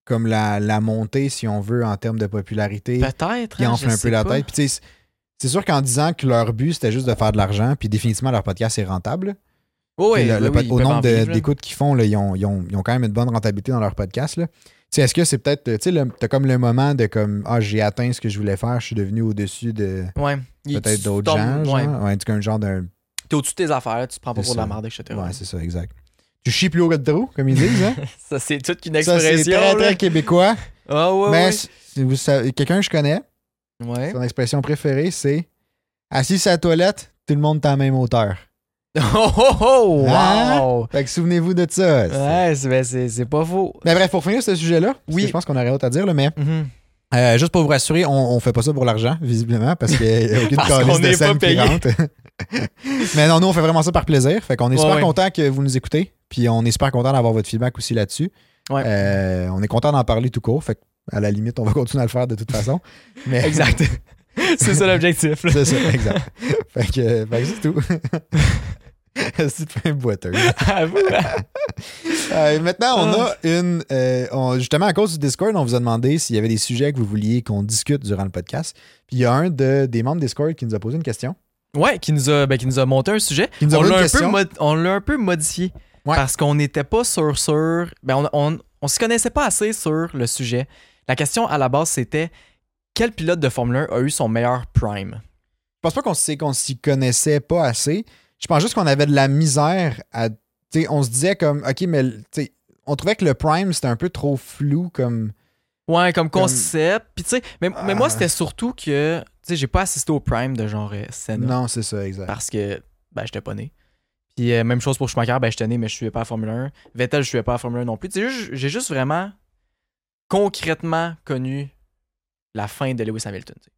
comme la, la montée, si on veut, en termes de popularité, Peut-être. qui hein, enfle je un sais peu la pas. tête? Puis tu sais, c'est- c'est sûr qu'en disant que leur but, c'était juste de faire de l'argent, puis définitivement, leur podcast est rentable. Oh, ouais, Le- le ben pod- oui, ils au peuvent nombre en de- vivre, là. d'écoutes qu'ils font, là, ils, ont, ils ont- ils ont quand même une bonne rentabilité dans leur podcast. là. Tu sais, Est-ce que c'est peut-être. Tu sais, le- t'as comme le moment de comme Ah, j'ai atteint ce que je voulais faire, je suis devenu au-dessus de Ouais. Ils- peut-être tu d'autres gens. tombes- genre. Ouais. Ouais, tu- comme genre d'un. T'es au-dessus de tes affaires, tu te prends pas C'est pour de la ça. merde, etc. Ouais, c'est ça, exact. Tu chies plus haut que le trou, comme ils disent. Hein? ça, c'est toute une ça, c'est expression. très, là. très québécois. Ah, ouais, mais ouais. si vous savez- quelqu'un que je connais, ouais. son expression préférée, c'est Assis à la toilette, tout le monde est à la même hauteur. Oh, oh, oh, Hein? wow. Fait que souvenez-vous de ça. c'est- Ouais, c'est, ben, c'est, c'est pas faux. Mais bref, pour finir ce sujet-là, parce Oui. que je pense qu'on aurait autre à dire, là, mais. Mhm. Euh, juste pour vous rassurer, on, on fait pas ça pour l'argent, visiblement, parce qu'il n'y a aucune Parce calice qu'on de n'est scène pas qui payé. rentre. Mais non, nous, on fait vraiment ça par plaisir. Fait qu'on est Ouais, super ouais. content que vous nous écoutez. Puis on est super content d'avoir votre feedback aussi là-dessus. Ouais. Euh, on est content d'en parler tout court. Fait que, à la limite, on va continuer à le faire de toute façon. Mais Exact. c'est ça l'objectif. là. c'est ça, exact. Fait que, euh, fait que c'est tout. c'est pas un boiteux. Avoue. Euh, maintenant, on Ah. a une. euh, on- justement, à cause du Discord, on vous a demandé s'il y avait des sujets que vous vouliez qu'on discute durant le podcast. Puis il y a un de- des membres Discord qui nous a posé une question. Ouais, qui nous, a, ben, qui nous a monté un sujet. Qui nous a on, posé l'a une un peu question. mod- on l'a un peu modifié. Ouais. Parce qu'on n'était pas sûr, sûr. Ben, on, on, on se connaissait pas assez sur le sujet. La question à la base, c'était quel pilote de Formule 1 a eu son meilleur prime Je pense pas qu'on s'y- qu'on s'y connaissait pas assez. Je pense juste qu'on avait de la misère à. tu sais, on se disait comme, OK, mais tu sais, on trouvait que le Prime, c'était un peu trop flou comme. Ouais, comme Comme- concept. Puis tu sais, mais, mais Ah. moi, c'était surtout que, tu sais, j'ai pas assisté au prime de genre euh, Senna. Non, c'est ça, exact. Parce que, ben, j'étais pas né. Puis euh, même chose pour Schumacher, ben, je tenais, mais je ne suivais pas la Formule 1. Vettel, je ne suivais pas la Formule 1 non plus. Tu sais, ju- J'ai juste vraiment concrètement connu la fin de Lewis Hamilton. tu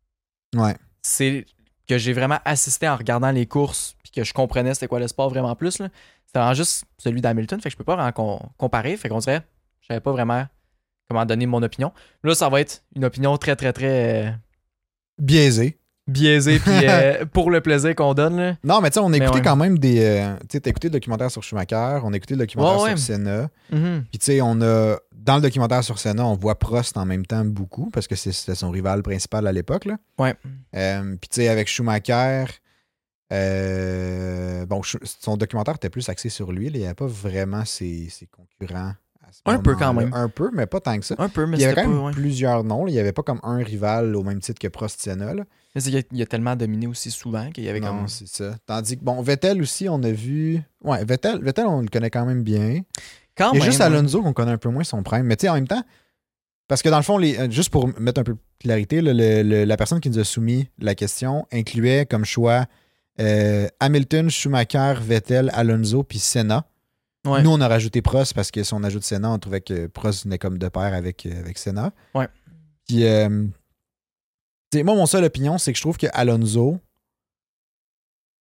sais. Ouais. C'est que j'ai vraiment assisté en regardant les courses, puis que je comprenais c'était quoi le sport vraiment plus. là. C'était vraiment juste celui d'Hamilton, fait que je peux pas vraiment com- comparer. Fait qu'on dirait, je savais pas vraiment comment donner mon opinion. Là, ça va être une opinion très, très, très euh, Biaisé. biaisée, puis euh, pour le plaisir qu'on donne. là. Non, mais tu sais, on a Mais écouté Ben ouais. quand même des. euh, tu sais, t'as écouté le documentaire sur Schumacher, on a écouté le documentaire Ouais, ouais. sur Senna. Mhm. Puis tu sais, on a. Dans le documentaire sur Senna, on voit Prost en même temps beaucoup, parce que c'est- c'était son rival principal à l'époque. là. Ouais. Euh, puis tu sais, avec Schumacher. euh, bon, Schu- son documentaire était plus axé sur lui. là. Il n'y avait pas vraiment ses, ses concurrents. à ce Un peu moment-là. quand même. Un peu, mais pas tant que ça. Un peu, mais Il y avait c'était quand pas. même ouais. plusieurs noms. là. Il n'y avait pas comme un rival au même titre que Prost Senna. là. Mais c'est qu'il a- il a tellement dominé aussi souvent qu'il y avait Non, comme. c'est ça. Tandis que, bon, Vettel aussi, on a vu. Ouais, Vettel, Vettel on le connaît quand même bien. Quand Il y a même, juste ouais. Alonso qu'on connaît un peu moins son prime. Mais tu sais, en même temps, parce que dans le fond, les, euh, juste pour mettre un peu de clarité, là, le- le- la personne qui nous a soumis la question incluait comme choix euh, Hamilton, Schumacher, Vettel, Alonso, puis Senna. Ouais. Nous, on a rajouté Prost parce que si on ajoute Senna, on trouvait que Prost venait comme de pair avec, euh, avec Senna. Ouais. Puis, euh, tu sais, moi, mon seule opinion, c'est que je trouve que Alonso,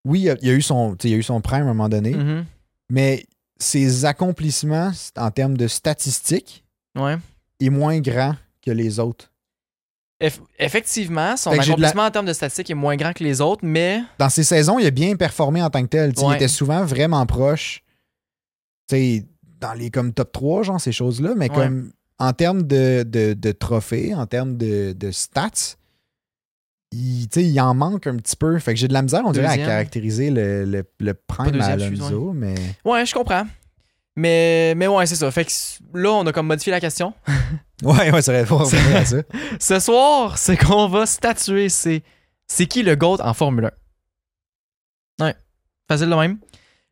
oui, il a, il a eu son, tu sais, il a eu son prime à un moment donné, Mhm. mais ses accomplissements en termes de statistiques Ouais. est moins grand que les autres. Eff- effectivement, son Fait que j'ai de la- accomplissement en termes de statistiques est moins grand que les autres, mais. Dans ses saisons, il a bien performé en tant que tel. Tu sais, Il Ouais. était souvent vraiment proche. tu sais, dans les comme top 3, genre ces choses-là, mais Ouais. comme en termes de, de- de trophées, en termes de, de stats, il, tu sais, il en manque un petit peu. Fait que j'ai de la misère, on dirait, à Deuxième. caractérisiser le, le, le prime à deuxième, je suis, Alonso, mais. Ouais, je comprends. Mais, mais ouais, c'est ça. Fait que s- là, on a comme modifié la question. Ouais, ouais, ça aurait pas revenir à ça. Ce soir, c'est qu'on va statuer. C'est, c'est qui le GOAT en Formule 1? Ouais. Facile de même.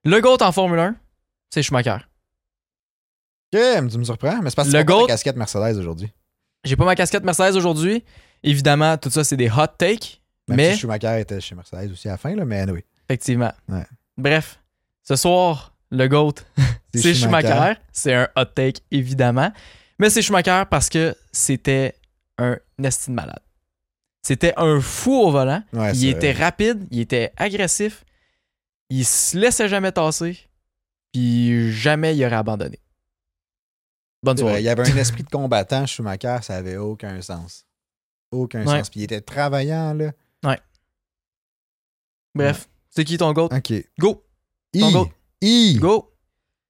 Le GOAT en Formule 1, c'est Schumacher. Ok, tu me surprends, mais c'est parce que Le c'est pas GOAT- ta casquette Mercedes aujourd'hui. J'ai pas ma casquette Mercedes aujourd'hui. Évidemment, tout ça, c'est des hot takes. Même mais si Schumacher était chez Mercedes aussi à la fin, là, mais anyway. Effectivement. Ouais. Bref, ce soir, le GOAT, c'est Schumacher. C'est un hot take, évidemment. Mais c'est Schumacher parce que c'était un esti de malade. C'était un fou au volant. Ouais, il c'est- était rapide, il était agressif. Il se laissait jamais tasser. Puis jamais il aurait abandonné. Bonne c'est vrai, soirée. il y avait un esprit de combattant, Schumacher, ça avait aucun sens. Aucun Ouais. sens. Puis il était travaillant, là. Bref, c'est qui ton GOAT? OK. Go! Ton I. GOAT. I. Go!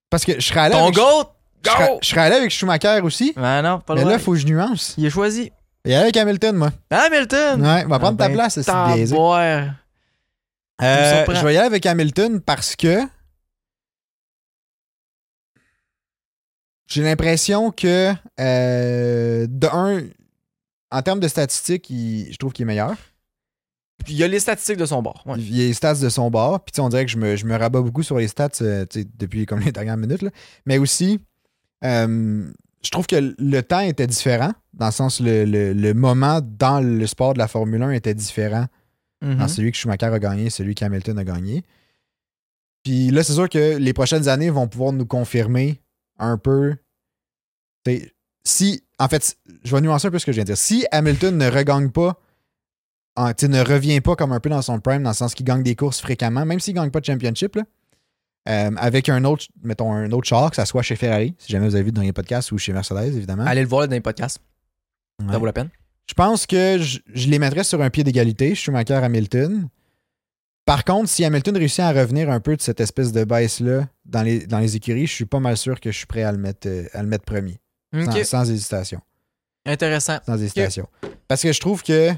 Parce que je serais allé Ton avec... GOAT! je serais- Go! je serais allé avec Schumacher aussi. Ah non, pas mais le là, droit. il faut que je nuance. Il est choisi. Et avec Hamilton, moi. Hamilton! Ouais, on va prendre Ah ta ben, place, c'est biaisé. Taboire. Euh, surprends. je vais y aller avec Hamilton parce que j'ai l'impression que, euh, de un, en termes de statistiques, il- je trouve qu'il est meilleur. Puis il y a les statistiques de son bord. ouais. Il y a les stats de son bord. Puis tu sais, on dirait que je me, je me rabats beaucoup sur les stats euh, tu sais, depuis comme les dernières minutes. là. Mais aussi, euh, je trouve que le temps était différent. Dans le sens, le, le- le moment dans le sport de la Formule 1 était différent Mhm. dans celui que Schumacher a gagné, celui qu'Hamilton a gagné. Puis là, c'est sûr que les prochaines années vont pouvoir nous confirmer un peu. t'sais, si, en fait, je vais nuancer un peu ce que je viens de dire. Si Hamilton ne regagne pas, en- t'sais, ne revient pas comme un peu dans son prime, dans le sens qu'il gagne des courses fréquemment, même s'il ne gagne pas de championship, là, euh, avec un autre, mettons, un autre char, que ça soit chez Ferrari, si jamais vous avez vu le dernier podcast, ou chez Mercedes, évidemment. Allez le voir là, dans les podcasts. Ouais. Ça vaut la peine. Je pense que je, je les mettrais sur un pied d'égalité, Schumacher Hamilton. Par contre, si Hamilton réussit à revenir un peu de cette espèce de baisse-là dans les, dans les écuries, je suis pas mal sûr que je suis prêt à le mettre, euh, à le mettre premier. Ok. Sans, sans hésitation. Intéressant. Sans hésitation. Parce que je trouve que, tu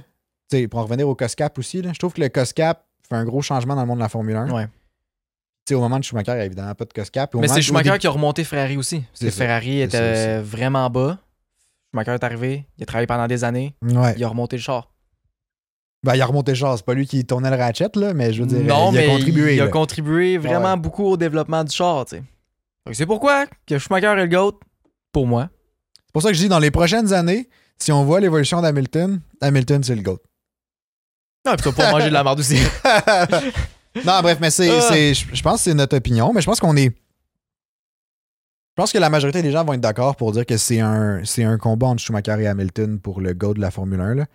sais, pour en revenir au COSCAP aussi, là, je trouve que le COSCAP fait un gros changement dans le monde de la Formule 1. Ouais. Tu sais, au moment de Schumacher, il y a évidemment pas de COSCAP. Au Mais moment- c'est au Schumacher début- qui a remonté Ferrari aussi. Parce C'est que ça. Ferrari C'est ça était vraiment bas. Schumacher est arrivé. Il a travaillé pendant des années. Ouais. Il a remonté le char. Ben, il a remonté le char. C'est pas lui qui tournait le ratchet, là, mais je veux dire, non, il mais a contribué. il a là. contribué vraiment Ouais. beaucoup au développement du char. tu sais. Fait que C'est pourquoi que Schumacher est le GOAT pour moi. C'est pour ça que je dis dans les prochaines années, si on voit l'évolution d'Hamilton, Hamilton, c'est le GOAT. Non, puis ça, pour manger de la merde aussi. Non, bref, mais c'est. Ah. c'est- Je je pense que c'est notre opinion, mais je pense qu'on est. Je pense que la majorité des gens vont être d'accord pour dire que c'est un, c'est un combat entre Schumacher et Hamilton pour le go de la Formule 1. Là.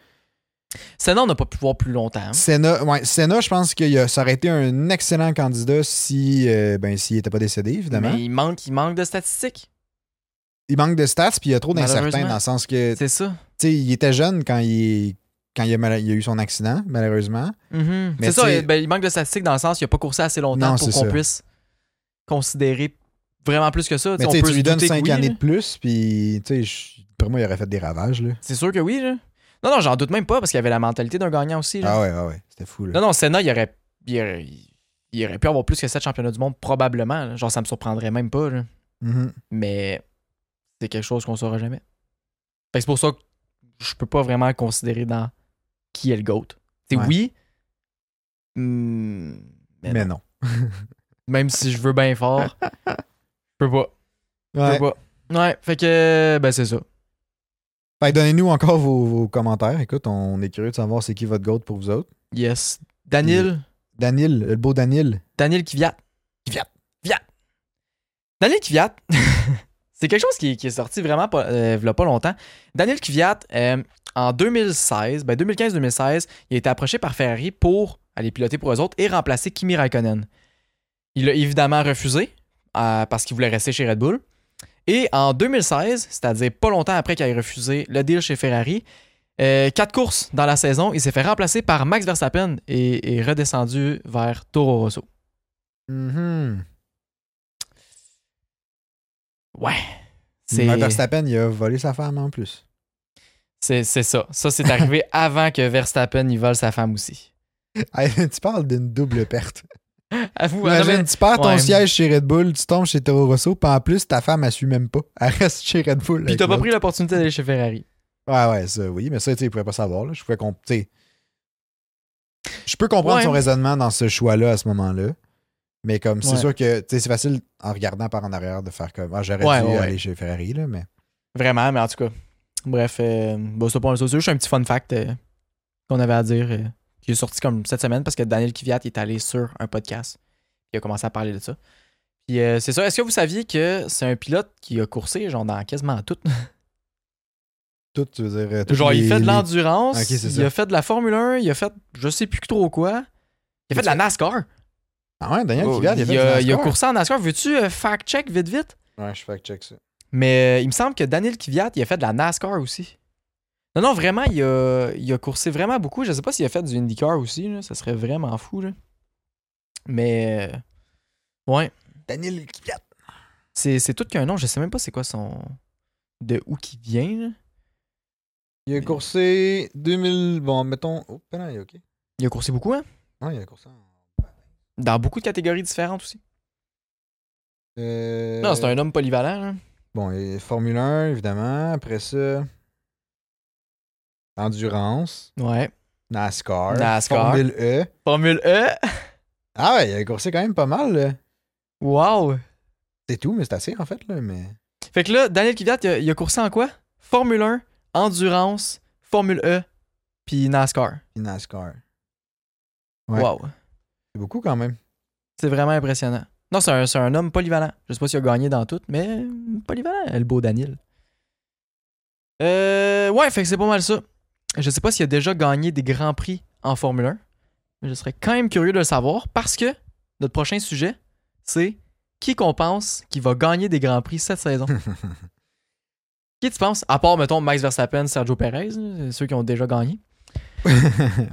Senna, on n'a pas pu voir plus longtemps. Senna, ouais, Senna, je pense que ça aurait été un excellent candidat si, euh, ben, s'il n'était pas décédé, évidemment. Mais il manque, il manque de statistiques. Il manque de stats, puis il y a trop d'incertains Malheureusement. dans le sens que tu C'est ça. sais, il était jeune quand il, quand il, a, mal- il a eu son accident, malheureusement. Mhm. Mais C'est ça, t'sais- ben, il manque de statistiques dans le sens qu'il n'a pas coursé assez longtemps Non, c'est pour ça. qu'on puisse considérer vraiment plus que ça. Mais on tu sais, peut tu lui se donnes douter que 5 oui, années là. de plus, puis tu sais, je- pour moi, il aurait fait des ravages. Là. C'est sûr que oui. là. Non, non, j'en doute même pas parce qu'il y avait la mentalité d'un gagnant aussi. là. Ah ouais, ah ouais, c'était fou. Là. Non, non, Senna, il aurait, il, aurait, il aurait pu avoir plus que 7 championnats du monde, probablement. là. Genre, ça me surprendrait même pas. là. Mhm. Mais c'est quelque chose qu'on saura jamais. Fait que c'est pour ça que je peux pas vraiment considérer dans qui est le GOAT. C'est Ouais. oui. hum, mais Mais non. non. Même si je veux bien fort, je peux pas. Je Ouais. peux pas. Ouais, fait que ben c'est ça. Fait que donnez-nous encore vos, vos commentaires. Écoute, on est curieux de savoir c'est qui votre goat pour vous autres. Yes. Daniel. Daniel, le beau Daniel. Daniel Kvyat. Kvyat. Kvyat. Daniel Kvyat. c'est quelque chose qui, qui est sorti vraiment pas, euh, v'là pas longtemps. Daniel Kvyat, euh, en 2016, ben 2015-2016, il a été approché par Ferrari pour aller piloter pour eux autres et remplacer Kimi Raikkonen. Il a évidemment refusé euh, parce qu'il voulait rester chez Red Bull. Et en 2016, c'est-à-dire pas longtemps après qu'il ait refusé le deal chez Ferrari, euh, quatre courses dans la saison, il s'est fait remplacer par Max Verstappen et est redescendu vers Toro Rosso. Mhm. Ouais. C'est Mais Verstappen, il a volé sa femme en plus. c'est- c'est ça. Ça, c'est arrivé avant que Verstappen y vole sa femme aussi. Hey, tu parles d'une double perte. Avoue, non, Imagine, tu perds ton ouais. siège chez Red Bull, tu tombes chez Toro Rosso, puis en plus, ta femme, elle suit même pas. Elle reste chez Red Bull. mais- Puis avec t'as pas l'autre. pris l'opportunité d'aller chez Ferrari. Ouais, ouais, ça, oui, mais ça, tu sais, il pouvait pas savoir. là. Je pouvais comp- tu sais. Je peux comprendre Ouais. son raisonnement dans ce choix-là à ce moment-là. Mais comme c'est Ouais. sûr que tu sais, c'est facile en regardant par en arrière de faire comme Ah, j'aurais Ouais, dû ouais, ouais. aller chez Ferrari, là, mais. Vraiment, mais en tout cas. Bref, euh, bon, c'est pas un c'est juste un petit fun fact euh, qu'on avait à dire euh, qui est sorti comme cette semaine parce que Daniel Kvyat est allé sur un podcast. Il a commencé à parler de ça. Puis euh, c'est ça. Est-ce que vous saviez que c'est un pilote qui a coursé genre dans quasiment tout? Tout, tu veux dire. euh, tous Genre, il les- fait de les- l'endurance, Ok, c'est il ça. a fait de la Formule 1, il a fait je sais plus trop quoi. Il a fait de la NASCAR. Ah ouais, Daniel Oh, Kvyat, il a fait du il a NASCAR. coursé en NASCAR. Veux-tu euh, fact-check vite, vite? Ouais, je fact-check ça. Mais euh, il me semble que Daniel Kvyat, il a fait de la NASCAR aussi. Non, non, vraiment, il a, il a coursé vraiment beaucoup. Je sais pas s'il a fait du IndyCar aussi. Là. Ça serait vraiment fou. Là. Mais, euh, ouais, Daniel Kvyat. c'est, c'est tout qu'un nom. Je sais même pas c'est quoi son... De où qui vient. là. Il a coursé 2000. Bon, mettons. Oh, ben non, il est OK. Il a coursé beaucoup, hein? Non, il a coursé en. Dans beaucoup de catégories différentes aussi. Euh, Non, c'est un homme polyvalent. là. Bon, et Formule 1, évidemment. Après ça. Endurance. Ouais. NASCAR. NASCAR. Formule E. Formule E. Ah ouais, il a coursé quand même pas mal. là. Wow! C'est tout, mais c'est assez en fait. Là, mais... Fait que là, Daniel Kvyat, il a, il a coursé en quoi? Formule 1, Endurance, Formule E, puis NASCAR. Puis NASCAR. Ouais. Wow. C'est beaucoup quand même. C'est vraiment impressionnant. Non, c'est un, c'est un homme polyvalent. Je sais pas s'il a gagné dans tout, mais polyvalent, le beau Daniel. Euh, ouais, fait que c'est pas mal ça. Je sais pas s'il a déjà gagné des grands prix en Formule 1, mais je serais quand même curieux de le savoir parce que notre prochain sujet, c'est qui qu'on pense qui va gagner des grands prix cette saison. qui tu penses À part, mettons, Max Verstappen, Sergio Perez, là, ceux qui ont déjà gagné,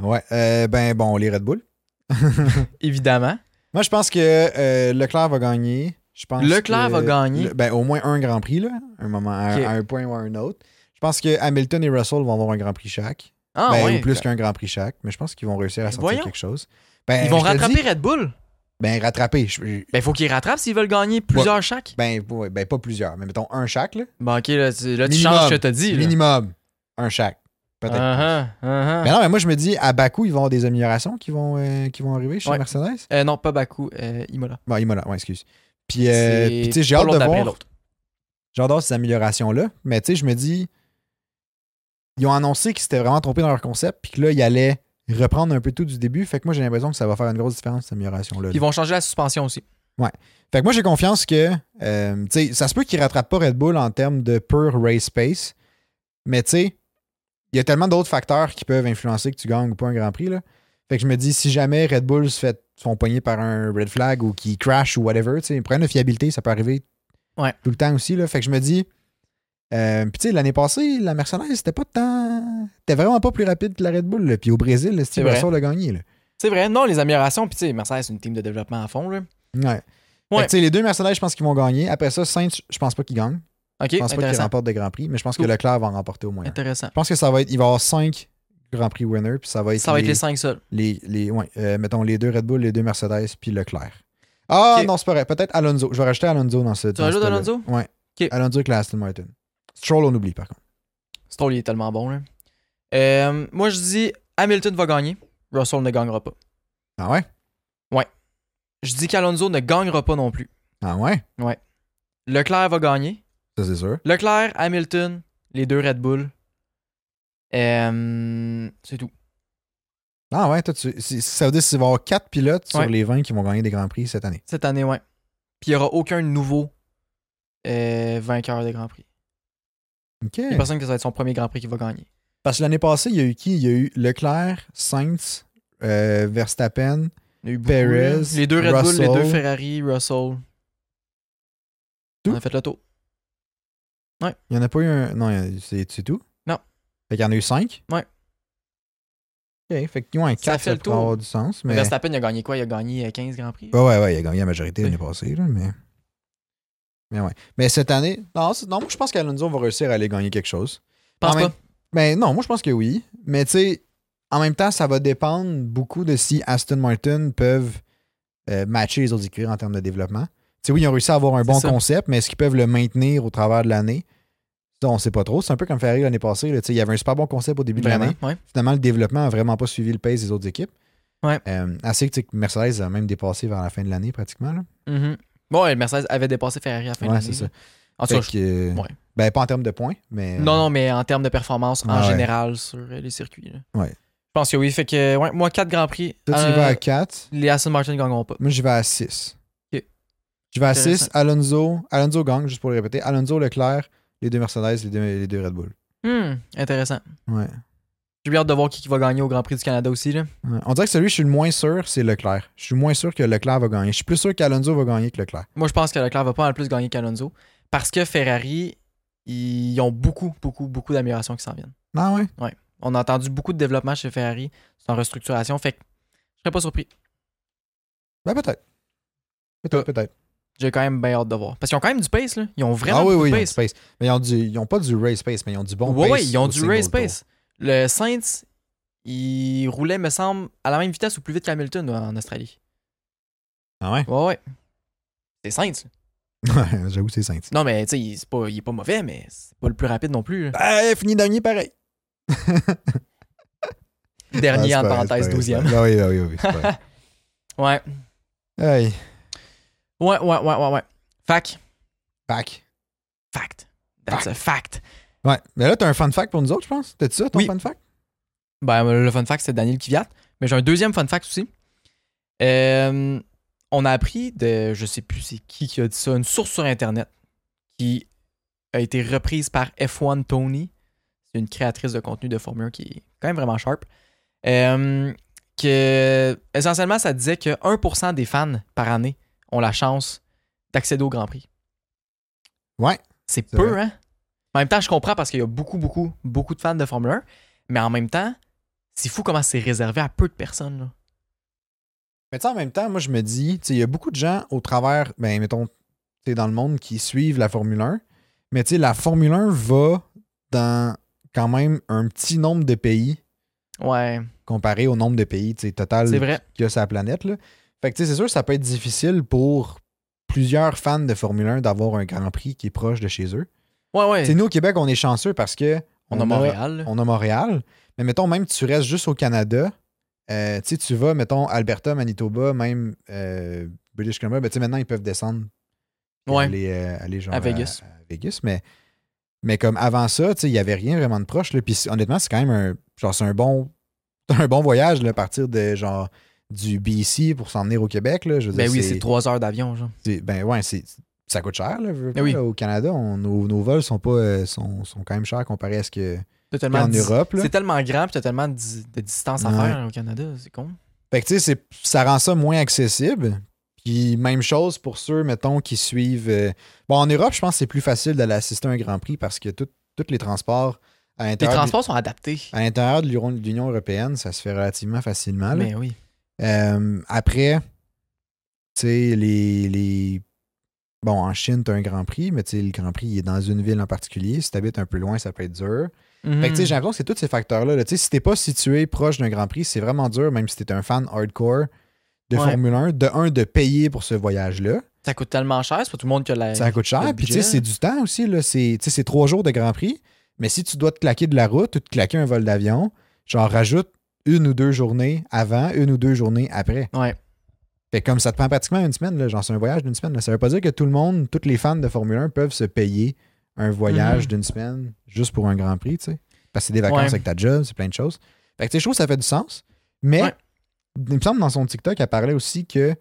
ouais. euh, ben bon, les Red Bull. évidemment. Moi, je pense que euh, Leclerc va gagner. Je pense Leclerc que- va gagner. Le- ben, au moins un Grand Prix, là. Un moment, à- Ok. à un point ou à un autre. Je pense que Hamilton et Russell vont avoir un Grand Prix chaque. Ah, ben, ouais. ou plus qu'un Grand Prix chaque. Mais je pense qu'ils vont réussir à sortir Voyons. quelque chose. Ben, Ils vont je te le rattraper dis, Red Bull. ben, rattraper. Je- Ben, faut qu'ils rattrapent s'ils veulent gagner plusieurs chaque. ben, ouais, ben, pas plusieurs, mais mettons un chaque, là. Bon, ok, là, tu, là, tu Minimum. changes ce que t'as dit. là. Minimum. Un chaque. Peut-être. Ben, Uh-huh, uh-huh. Mais non, mais moi je me dis à Bakou, ils vont avoir des améliorations qui vont, euh, qui vont arriver chez Ouais. Mercedes. Euh, non, pas Baku, euh, Imola. Bon, Imola, ouais, excuse. Puis, euh, C'est puis, tu sais, j'ai pas hâte l'autre de après voir. l'autre. J'adore ces améliorations-là. Mais tu sais, je me dis. Ils ont annoncé qu'ils s'étaient vraiment trompés dans leur concept, puis que là, ils allaient reprendre un peu tout du début. Fait que moi, j'ai l'impression que ça va faire une grosse différence, cette amélioration-là. Puis ils vont changer la suspension aussi. Fait que moi, j'ai confiance que, euh, tu sais, ça se peut qu'ils rattrapent pas Red Bull en termes de pure race pace, mais tu sais, il y a tellement d'autres facteurs qui peuvent influencer que tu gagnes ou pas un Grand Prix, là. Fait que je me dis, si jamais Red Bull se fait sont pognés par un red flag ou qui crash ou whatever, tu sais, problème de fiabilité, ça peut arriver Ouais. tout le temps aussi, là. Fait que je me dis, euh, puis tu sais, l'année passée, la Mercedes, c'était pas tant. C'était vraiment pas plus rapide que la Red Bull, là. Puis au Brésil, là, C'est Steve vrai. Russell l'a gagné, là. C'est vrai, non, les améliorations, puis tu sais, Mercedes, c'est une team de développement à fond, là. Ouais. Fait Ouais. que, tu sais, les deux Mercedes, je pense qu'ils vont gagner. Après ça, Sainz, je pense pas qu'ils gagnent. OK, Je pense pas qu'ils intéressant. remportent des Grands Prix, mais je pense que Cool. Leclerc va en remporter au moins. un. Intéressant. Je pense que ça va être. Il va y avoir 5 Grands Prix winners, puis ça va être. Ça va être les, les cinq seuls. les, les- ouais, euh, mettons les deux Red Bull, les deux Mercedes, puis Leclerc. Ah Ok. non, c'est pas vrai. Peut-être Alonso. Je vais rajouter Alonso dans ce. Tu rajoutes Alonso? Ouais. Ok. Alonso avec la Aston Martin. Stroll, on oublie par contre. Stroll, il est tellement bon, là. Euh, moi, je dis Hamilton va gagner. Russell ne gagnera pas. Ah ouais? Je dis qu'Alonso ne gagnera pas non plus. Ah ouais? Leclerc va gagner. Ça, c'est sûr. Leclerc, Hamilton, les deux Red Bull. Euh, c'est tout. Ah ouais, toi, tu- si- ça veut dire qu'il va y avoir 4 pilotes Ouais. sur les 20 qui vont gagner des Grands Prix cette année. Cette année, ouais. Puis il n'y aura aucun nouveau euh, vainqueur des Grands Prix. OK. Il n'y a personne que ça va être son premier Grand Prix qui va gagner. Parce que l'année passée, il y a eu qui? Il y a eu Leclerc, Sainz, euh, Verstappen. Il y a eu beaucoup, Perez, là. Les deux Red Bull, les Russell. deux Ferrari, Russell. Tout? On a fait le tour. Il n'y en a pas eu un. Non, il y en a- c'est c'est tout? Non. Fait qu'il y en a eu 5? Ouais. OK. Fait qu'ils ont un 4 Ça ça, fait le pourrait tour. avoir du sens. Mais... Oh, Verstappen, il a gagné quoi Il a gagné euh, 15 Grands Prix. Ouais, ouais, ouais, il a gagné la majorité Oui. l'année passée, là, mais. Mais ouais. Mais cette année. Non, c'est- non moi, je pense qu'Alonso va réussir à aller gagner quelque chose. Pense En même- pas. Mais Ben, non, moi, je pense que oui. Mais tu sais, en même temps, ça va dépendre beaucoup de si Aston Martin peuvent euh, matcher les autres écuries en termes de développement. Tu sais, oui, ils ont réussi à avoir un C'est bon ça. concept, mais est-ce qu'ils peuvent le maintenir au travers de l'année? Ça, on sait pas trop. C'est un peu comme Ferrari l'année passée. là. Tu sais, Il y avait un super bon concept au début de l'année Vraiment, ouais. finalement, le développement a vraiment pas suivi le pace des autres équipes. Ouais. Euh, assez que tu sais, que Mercedes a même dépassé vers la fin de l'année pratiquement. Là. Mhm. Bon, et Mercedes avait dépassé Ferrari à la fin de Ouais, l'année, c'est ça. là. En tout cas, Fait que, ouais. Ben, pas en termes de points, mais. euh, Non, non, mais en termes de performance en Ah ouais. général sur euh, les circuits. là. Ouais. Je pense que oui. Fait que, ouais, moi, 4 Grands Prix. Toi, tu y euh, vas à 4. Les Aston Martin ne gagneront pas. Moi, j'y vais à 6. Ok. Je vais à Intéressant. 6. Alonso. Alonso gagne, juste pour le répéter. Alonso, Leclerc, les deux Mercedes, les deux, les deux Red Bull. Hmm, intéressant. Ouais. J'ai bien hâte de voir qui, qui va gagner au Grand Prix du Canada aussi. Là. Ouais. On dirait que celui que je suis le moins sûr, c'est Leclerc. Je suis moins sûr que Leclerc va gagner. Je suis plus sûr qu'Alonso va gagner que Leclerc. Moi, je pense que Leclerc va pas en plus gagner qu'Alonso parce que Ferrari, ils ont beaucoup, beaucoup, beaucoup d'améliorations qui s'en viennent. Ah ouais. On a entendu beaucoup de développement chez Ferrari. C'est en restructuration. Fait que je serais pas surpris. Ben, peut-être. Peut-être, peut-être. J'ai quand même bien hâte de voir. Parce qu'ils ont quand même du pace. Là. Ils ont vraiment ah oui, beaucoup oui, de ils ont pace. du pace. Mais ils ont, du- ils ont pas du race pace, mais ils ont du bon ouais, pace. ouais, ils ont au du single race tour. pace. Le Saints, il roulait, me semble, à la même vitesse ou plus vite qu'Hamilton euh, en Australie. Ah ouais? Ouais, ouais. C'est Saints. là. Ouais, J'avoue, c'est Saints. Non, mais tu sais, il, c'est pas- il est pas mauvais, mais c'est pas le plus rapide non plus. là. Ben, fini dernier pareil. Dernier Ah, c'est Ah, en pas vrai, parenthèse, c'est pas vrai, c'est pas 12e. vrai. Ah oui, oui, oui, oui. c'est pas vrai. Ouais. Hey, Ouais, ouais, ouais, ouais, ouais. Fact. back. Fact. That's a fact. Ouais. Mais là, t'as un fun fact pour nous autres, je pense. T'as-tu ça, ton Oui. fun fact? Ben, le fun fact, c'est Daniel Kiviat. Mais j'ai un deuxième fun fact aussi. Euh, on a appris de, je sais plus c'est qui qui a dit ça, une source sur Internet qui a été reprise par F1 Tony. C'est une créatrice de contenu de Formule 1 qui est quand même vraiment sharp. Euh, que, essentiellement, ça disait que 1% des fans par année ont la chance d'accéder au Grand Prix. Ouais. C'est C'est peu, vrai. hein? En même temps, je comprends parce qu'il y a beaucoup, beaucoup, beaucoup de fans de Formule 1. Mais en même temps, c'est fou comment c'est réservé à peu de personnes. là. Mais tu sais, en même temps, moi, je me dis, tu sais, il y a beaucoup de gens au travers, ben, mettons, tu sais, dans le monde qui suivent la Formule 1. Mais tu sais, la Formule 1 va dans quand même un petit nombre de pays Ouais, comparé au nombre de pays, tu sais, total c'est vrai. qu'il y a sur la planète. Là. Fait que tu sais, c'est sûr, ça peut être difficile pour plusieurs fans de Formule 1 d'avoir un Grand Prix qui est proche de chez eux. Ouais, Tu sais, ouais. nous, au Québec, on est chanceux parce que On a Montréal. là. on a Montréal. Mais mettons, même tu restes juste au Canada, euh, tu sais, tu vas, mettons, Alberta, Manitoba, même euh, British Columbia, ben, tu sais, maintenant, ils peuvent descendre et Ouais. aller, euh, aller genre À Vegas. à Vegas, mais, mais comme avant ça, tu sais, il n'y avait rien vraiment de proche. là. Puis honnêtement, c'est quand même un, genre, c'est un bon c'est un bon voyage, là, partir de genre du BC pour s'en venir au Québec. Là. Je veux Ben dire, oui, c'est trois heures d'avion, genre. c'est- Ben ouais, c'est. Ça coûte cher, là, veux Ben pas, oui. là, au Canada. on- nos, nos vols sont pas euh, sont, sont quand même chers comparé à ce que qu'il y T'as a tellement en de- Europe. là. C'est tellement grand, puis t'as tellement de, dis- de distance à Ouais. faire au Canada, c'est con. Fait que tu sais, c'est- ça rend ça moins accessible. Puis même chose pour ceux, mettons, qui suivent. euh, Bon, en Europe, je pense que c'est plus facile d'aller assister à un Grand Prix parce que tout- tous les transports à Les l'intérieur transports sont adaptés. à l'intérieur de l'Union- de l'Union européenne, ça se fait relativement facilement. là. Mais Ben oui. Euh, après, tu sais, les, les- Bon, en Chine, tu as un Grand Prix, mais tu sais, le Grand Prix, il est dans une ville en particulier. Si tu habites un peu loin, ça peut être dur. Fait que, Hmm. tu sais, j'ai l'impression que c'est tous ces facteurs-là. là. Tu sais, si t'es pas situé proche d'un Grand Prix, c'est vraiment dur, même si t'es un fan hardcore de Ouais. Formule 1, de un, de payer pour ce voyage-là. Ça coûte tellement cher, c'est pas tout le monde qui a la. Ça coûte cher. le Puis, tu sais, budget. c'est du temps aussi. là. C'est tu sais, c'est trois jours de Grand Prix. Mais si tu dois te claquer de la route ou te claquer un vol d'avion, genre rajoute une ou deux journées avant, une ou deux journées après. Ouais. Fait que comme ça te prend pratiquement une semaine, là, genre c'est un voyage d'une semaine. là. Ça veut pas dire que tout le monde, tous les fans de Formule 1 peuvent se payer un voyage Mhm. d'une semaine juste pour un Grand Prix, tu sais. Parce que c'est des vacances Ouais. avec ta job, c'est plein de choses. Fait que tu sais, je trouve que ça fait du sens. Mais Ouais. il me semble dans son TikTok, elle parlait aussi que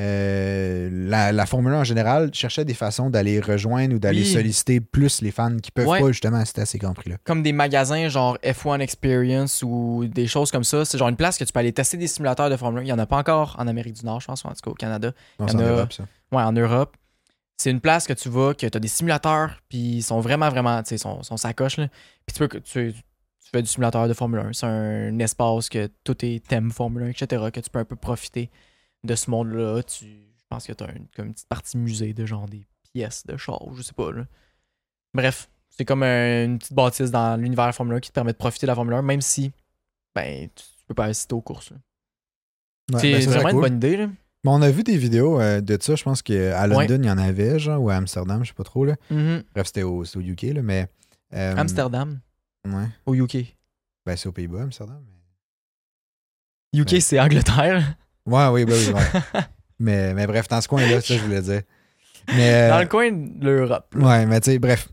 euh, la, la Formule 1 en général cherchait des façons d'aller rejoindre ou d'aller Oui. solliciter plus les fans qui peuvent Ouais. pas justement assister à ces Grands Prix-là. Comme des magasins genre F1 Experience ou des choses comme ça. C'est genre une place que tu peux aller tester des simulateurs de Formule 1. Il y en a pas encore en Amérique du Nord, je pense, ou en tout cas au Canada. Non, Il y c'est en en a- Europe, ça. Ouais, en Europe. C'est une place que tu vas, que tu as des simulateurs, puis ils sont vraiment, vraiment, tu sais, sont, sont sacoches, là. Puis tu peux, que- tu, tu fais du simulateur de Formule 1. C'est un espace que tous tes thèmes Formule 1, etc., que tu peux un peu profiter de ce monde-là. Tu, je pense que tu as une, comme une petite partie musée de genre des pièces de char, je sais pas, là. Bref, c'est comme un- une petite bâtisse dans l'univers Formule 1 qui te permet de profiter de la Formule 1, même si, ben, tu, tu peux pas assister aux courses, là. Ouais, c'est ben, ça serait vraiment cool. une bonne idée, là. Mais on a vu des vidéos euh, de ça, je pense qu'à London, il y en avait, genre, ou à Amsterdam, je sais pas trop. Là. Mhm. Bref, c'était au, c'est au UK, là, mais. euh, Amsterdam, Ouais. au UK. Ben, c'est aux Pays-Bas, Amsterdam. mais- UK, Ouais. c'est Angleterre. Ouais, oui, ben oui, ouais. mais, mais bref, dans ce coin-là, ça, je voulais dire. Mais, euh, Dans le coin de l'Europe. là. Ouais, mais tu sais, bref.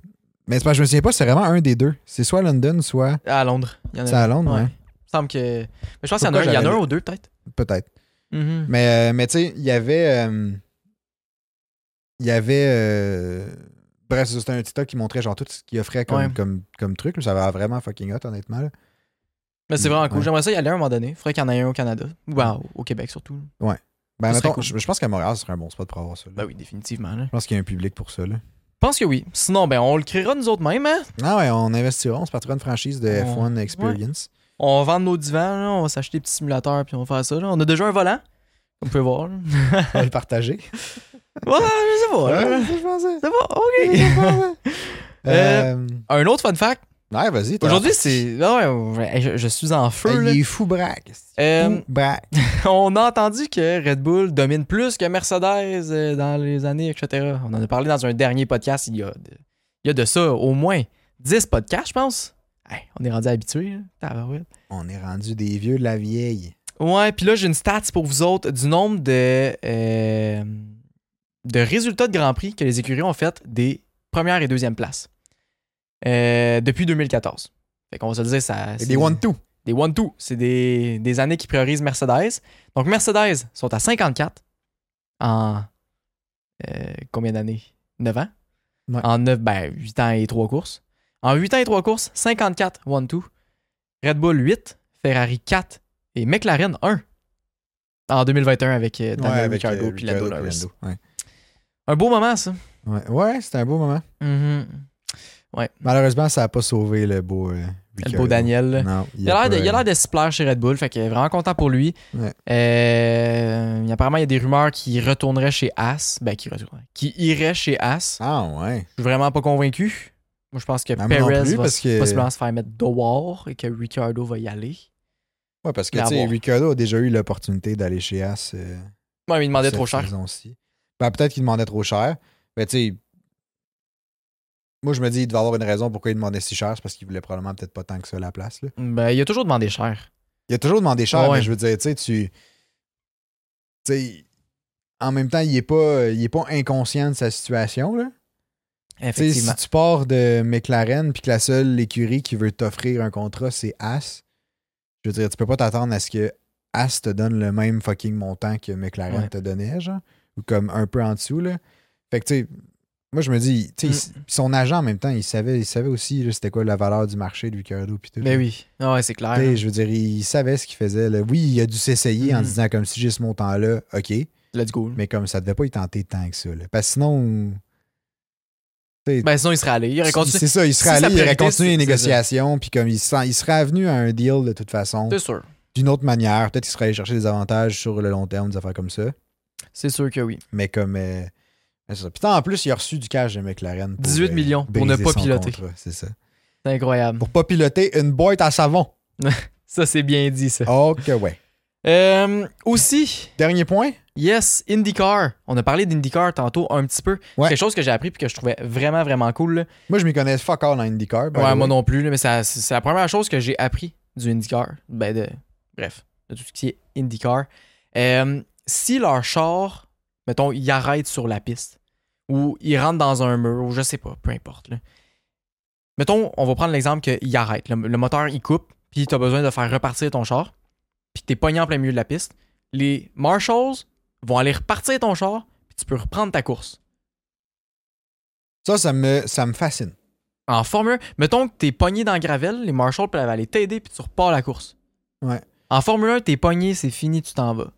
Mais c'est parce que je me souviens pas, c'est vraiment un des deux. C'est soit London, soit. À Londres. Il y en a- C'est à Londres, ouais. Il me semble que. Mais je pense qu'il y en a Pourquoi un, il y en a j'avais un le- ou deux, peut-être. Peut-être. Mhm. Mais, euh, mais tu sais, il y avait. euh, Il y avait. euh, Bref, c'était un TikTok qui montrait genre tout ce qu'il offrait comme, Ouais. comme, comme truc. là. Ça va vraiment fucking hot, honnêtement. là. Mais c'est vraiment cool. Ouais. J'aimerais ça y aller à un moment donné. Faudrait qu'il y en ait un au Canada. Ou ben, au- au Québec surtout. Ben, Ça serait mettons, cool. je, je pense qu'à Montréal, ce serait un bon spot pour avoir ça. là. Ben oui, définitivement. là. Je pense qu'il y a un public pour ça. Là. Je pense que oui. Sinon, ben on le créera nous autres mêmes, hein. Ah ouais, on investira, on se partira une franchise de On- F1 Experience. On va vendre nos divans, là. on va s'acheter des petits simulateurs, puis on va faire ça. là. On a déjà un volant. On peut voir. là. On va le partager. ouais, je sais pas. là. Ouais, c'est ce que je pensais. C'est bon, C'est ce que ok. je pensais. Euh, un autre fun fact. Ouais, vas-y. t'as- Aujourd'hui, c'est. Ah ouais, je, je suis en feu. Hey, là. Il est fou braque. Euh, Fou braque. On a entendu que Red Bull domine plus que Mercedes euh, dans les années, etc. On en a parlé dans un dernier podcast. Il y a de, il y a de ça au moins 10 podcasts, je pense. Hey, on est rendu habitué. hein. On est rendu des vieux de la vieille. Ouais, puis là, j'ai une stats pour vous autres du nombre de, euh, de résultats de Grand Prix que les écuries ont fait des premières et deuxièmes places euh, depuis 2014. Fait qu'on va se le dire, ça. Et c'est- des one-two. des one-two. C'est des, des années qui priorisent Mercedes. Donc, Mercedes sont à 54 en euh, combien d'années 9 ans Ouais. En 9, ben 8 ans et 3 courses. En 8 ans et 3 courses, 54 one-two. Red Bull 8, Ferrari 4 et McLaren 1 en 2021 avec euh, Daniel Ricciardo puis Lando Norris. Ouais, Un beau moment, ça. ouais. ouais c'était un beau moment. Mhm. Malheureusement, ça n'a pas sauvé le beau. euh, Le Ricciardo. beau Daniel. là. Non, Il a l'air de, il a pas, l'air de se plaire chez Red Bull, fait qu'il est vraiment content pour lui. Ouais. Euh, apparemment, il y a des rumeurs qui retournerait chez As. Ben, qui retournerait. Qui irait chez As. Ah ouais. Je suis vraiment pas convaincu. Moi, je pense que Ben, moi non Perez plus, va parce que- possiblement se faire mettre dehors et que Ricardo va y aller. Ouais, parce que Mais à tu sais, voir. Ricardo a déjà eu l'opportunité d'aller chez As. euh, Moi, il demandait cette trop cher. saison-ci. Ben, peut-être qu'il demandait trop cher. Mais tu sais, moi je me dis, il devait avoir une raison pourquoi il demandait si cher. C'est parce qu'il voulait probablement peut-être pas tant que ça la place. là. Ben, il a toujours demandé cher. Il a toujours demandé cher, Ouais. mais je veux dire, tu sais, tu. Tu sais, en même temps, il est pas, il est pas inconscient de sa situation. Là. Tu sais, Effectivement. si tu pars de McLaren puis que la seule écurie qui veut t'offrir un contrat, c'est As, Je veux dire, tu peux pas t'attendre à ce que As te donne le même fucking montant que McLaren Ouais. te donnait, genre. Ou comme un peu en dessous, là. Fait que, tu sais, moi, je me dis, tu Mm. sais, il- son agent, en même temps, il savait, il savait aussi, là, c'était quoi la valeur du marché du Ricardo, puis tout. Mais oui. Ah ouais, c'est clair. Tu sais, je veux dire, il savait ce qu'il faisait. là. Oui, il a dû s'essayer en Mhm. disant comme si j'ai ce montant-là, OK. Let's go. Mais comme ça devait pas y tenter tant que ça. là. Parce que sinon, Ben sinon, il serait allé. Il aurait continué. c'est ça, il si serait sa allé, il aurait priorité, continué les c'est- c'est ça. négociations, puis comme il, s'en- il serait venu à un deal de toute façon, C'est sûr. d'une autre manière. Peut-être qu'il serait allé chercher des avantages sur le long terme, des affaires comme ça. C'est sûr que oui. Mais comme. euh, c'est ça. Puis tant, en plus, il a reçu du cash de McLaren. pour, euh, 18 millions pour briser ne pas son piloter. contrat, C'est ça. C'est incroyable. Pour pas piloter une boîte à savon. Ça, c'est bien dit, ça. Ok, ouais. Euh, aussi, Dernier point. yes, IndyCar. On a parlé d'IndyCar tantôt un petit peu. Ouais. Quelque chose que j'ai appris puis que je trouvais vraiment, vraiment cool. là. Moi, je m'y connais fuck all en IndyCar. by the Ouais, way. moi non plus, là, mais ça- c'est c'est la première chose que j'ai appris du IndyCar. Ben, de, bref, de tout ce qui est IndyCar. Euh, si leur char, mettons, il arrête sur la piste, ou il rentre dans un mur, ou je sais pas, peu importe. là. Mettons, on va prendre l'exemple qu'il arrête. Le, le moteur, il coupe, puis t'as besoin de faire repartir ton char, puis que t'es pogné en plein milieu de la piste. Les marshals vont aller repartir ton char, puis tu peux reprendre ta course. Ça, ça me, ça me fascine. En Formule 1, mettons que t'es pogné dans le Gravel, les marshals peuvent aller t'aider puis tu repars la course. Ouais. En Formule 1, t'es pogné, c'est fini, tu t'en vas.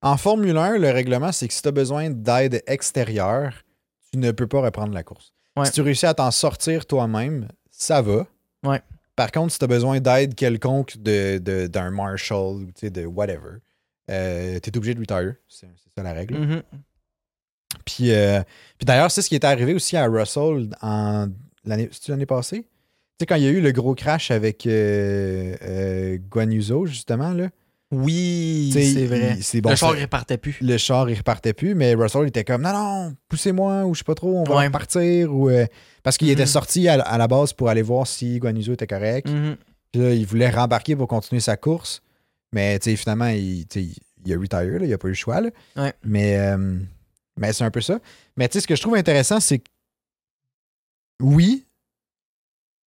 En Formule 1, le règlement, c'est que si tu as besoin d'aide extérieure, tu ne peux pas reprendre la course. Ouais. Si tu réussis à t'en sortir toi-même, ça va. Ouais. Par contre, si tu as besoin d'aide quelconque de, de- d'un marshal ou tu sais, de whatever, tu es obligé de lui taire. C'est, c'est ça la règle. Mhm. Puis, euh, puis d'ailleurs, c'est ce qui est arrivé aussi à Russell en, l'année, c'est-tu l'année passée. Tu sais, quand il y a eu le gros crash avec euh, euh, Guan Yuzo, justement, là. Oui, Tu sais, c'est il- vrai. c'est bon, le ça- char, il repartait plus. le char, il repartait plus, mais Russell il était comme non, non, poussez-moi ou je sais pas trop, on va Ouais. repartir. Ou, euh, parce qu'il Mhm. était sorti à, la- à la base pour aller voir si Guanuzo était correct. Mhm. Puis là, il voulait rembarquer pour continuer sa course, mais tu sais, finalement, il, tu sais, il a retire, là, il a pas eu le choix. là. Ouais. Mais, euh, mais c'est un peu ça. Mais tu sais, ce que je trouve intéressant, c'est que oui,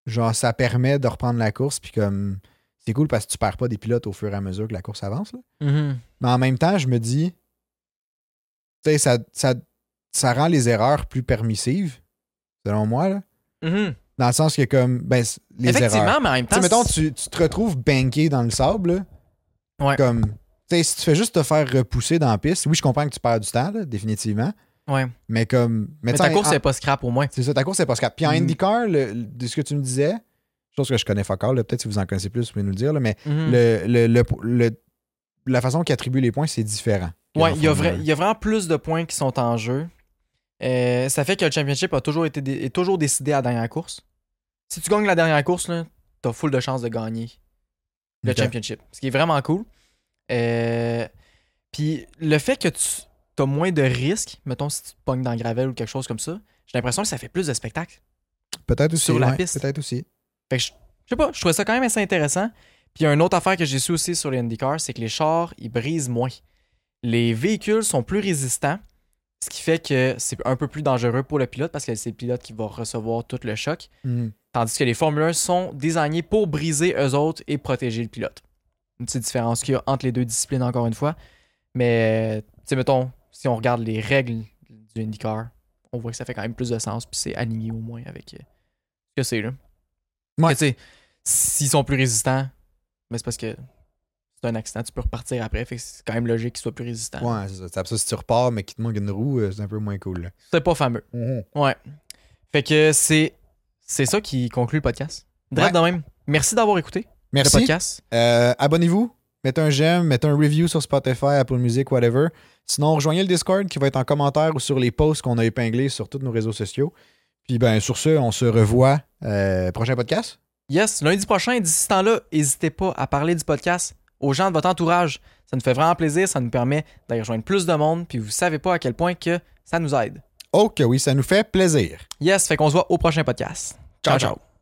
genre, ça permet de reprendre la course, puis comme c'est cool parce que tu perds pas des pilotes au fur et à mesure que la course avance. là. Mhm. Mais en même temps, je me dis, tu sais, ça, ça, ça rend les erreurs plus permissives, selon moi, là. Mhm. Dans le sens que, comme, ben, c- les Effectivement, erreurs. mais en même Tu sais, temps. mettons, c'est- tu, tu te retrouves banqué dans le sable, là. Ouais. Comme, tu sais, si tu fais juste te faire repousser dans la piste, oui, je comprends que tu perds du temps, là, définitivement. Ouais. Mais comme, Mais mettons, ta course, en- c'est pas scrap au moins. c'est ça, ta course, c'est pas scrap. Puis en Mm. IndyCar, le- le- de ce que tu me disais, chose que je connais pas encore, là, peut-être si vous en connaissez plus, vous pouvez nous le dire, là, mais Mhm. le, le- le- le- la façon qu'ils attribuent les points, c'est différent. que Ouais, dans il y, a Formule vrai- il y a vraiment plus de points qui sont en jeu. Euh, ça fait que le championship a toujours été dé- est toujours décidé à la dernière course. Si tu gagnes la dernière course, là, t'as full de chances de gagner le Ok. championship. Ce qui est vraiment cool. Euh, puis le fait que tu as moins de risques, mettons si tu te pognes dans le gravel ou quelque chose comme ça, j'ai l'impression que ça fait plus de spectacle. Peut-être aussi. Sur la ouais, piste. Peut-être aussi. Fait que je, je sais pas, je trouvais ça quand même assez intéressant. Puis une autre affaire que j'ai su aussi sur les IndyCars, c'est que les chars, ils brisent moins. Les véhicules sont plus résistants, ce qui fait que c'est un peu plus dangereux pour le pilote parce que c'est le pilote qui va recevoir tout le choc. Mhm. Tandis que les Formule 1 sont désignés pour briser eux autres et protéger le pilote. Une petite différence qu'il y a entre les deux disciplines, encore une fois. Mais, tu sais, mettons, si on regarde les règles du IndyCar, on voit que ça fait quand même plus de sens, puis c'est aligné au moins avec euh, ce que c'est, là. Ouais. Mais tu sais, s'ils sont plus résistants, mais c'est parce que c'est un accident, tu peux repartir après, fait que c'est quand même logique qu'ils soient plus résistants. Ouais, c'est ça. C'est ça. Si tu repars, mais qu'il te manque une roue, euh, c'est un peu moins cool. là. Mm. C'est pas fameux. Ouais. Fait que c'est c'est ça qui conclut le podcast. Bref, de même. Merci d'avoir écouté le Merci. podcast. Euh, Abonnez-vous. Mettez un j'aime, mettez un review sur Spotify, Apple Music, whatever. Sinon, rejoignez le Discord qui va être en commentaire ou sur les posts qu'on a épinglés sur tous nos réseaux sociaux. Puis ben sur ce, on se revoit euh, prochain podcast. Yes, lundi prochain, d'ici ce temps-là, n'hésitez pas à parler du podcast aux gens de votre entourage. Ça nous fait vraiment plaisir, ça nous permet d'aller rejoindre plus de monde, puis vous savez pas à quel point que ça nous aide. Oh que oui, ça nous fait plaisir. Yes, fait qu'on se voit au prochain podcast. ciao. Ciao, ciao.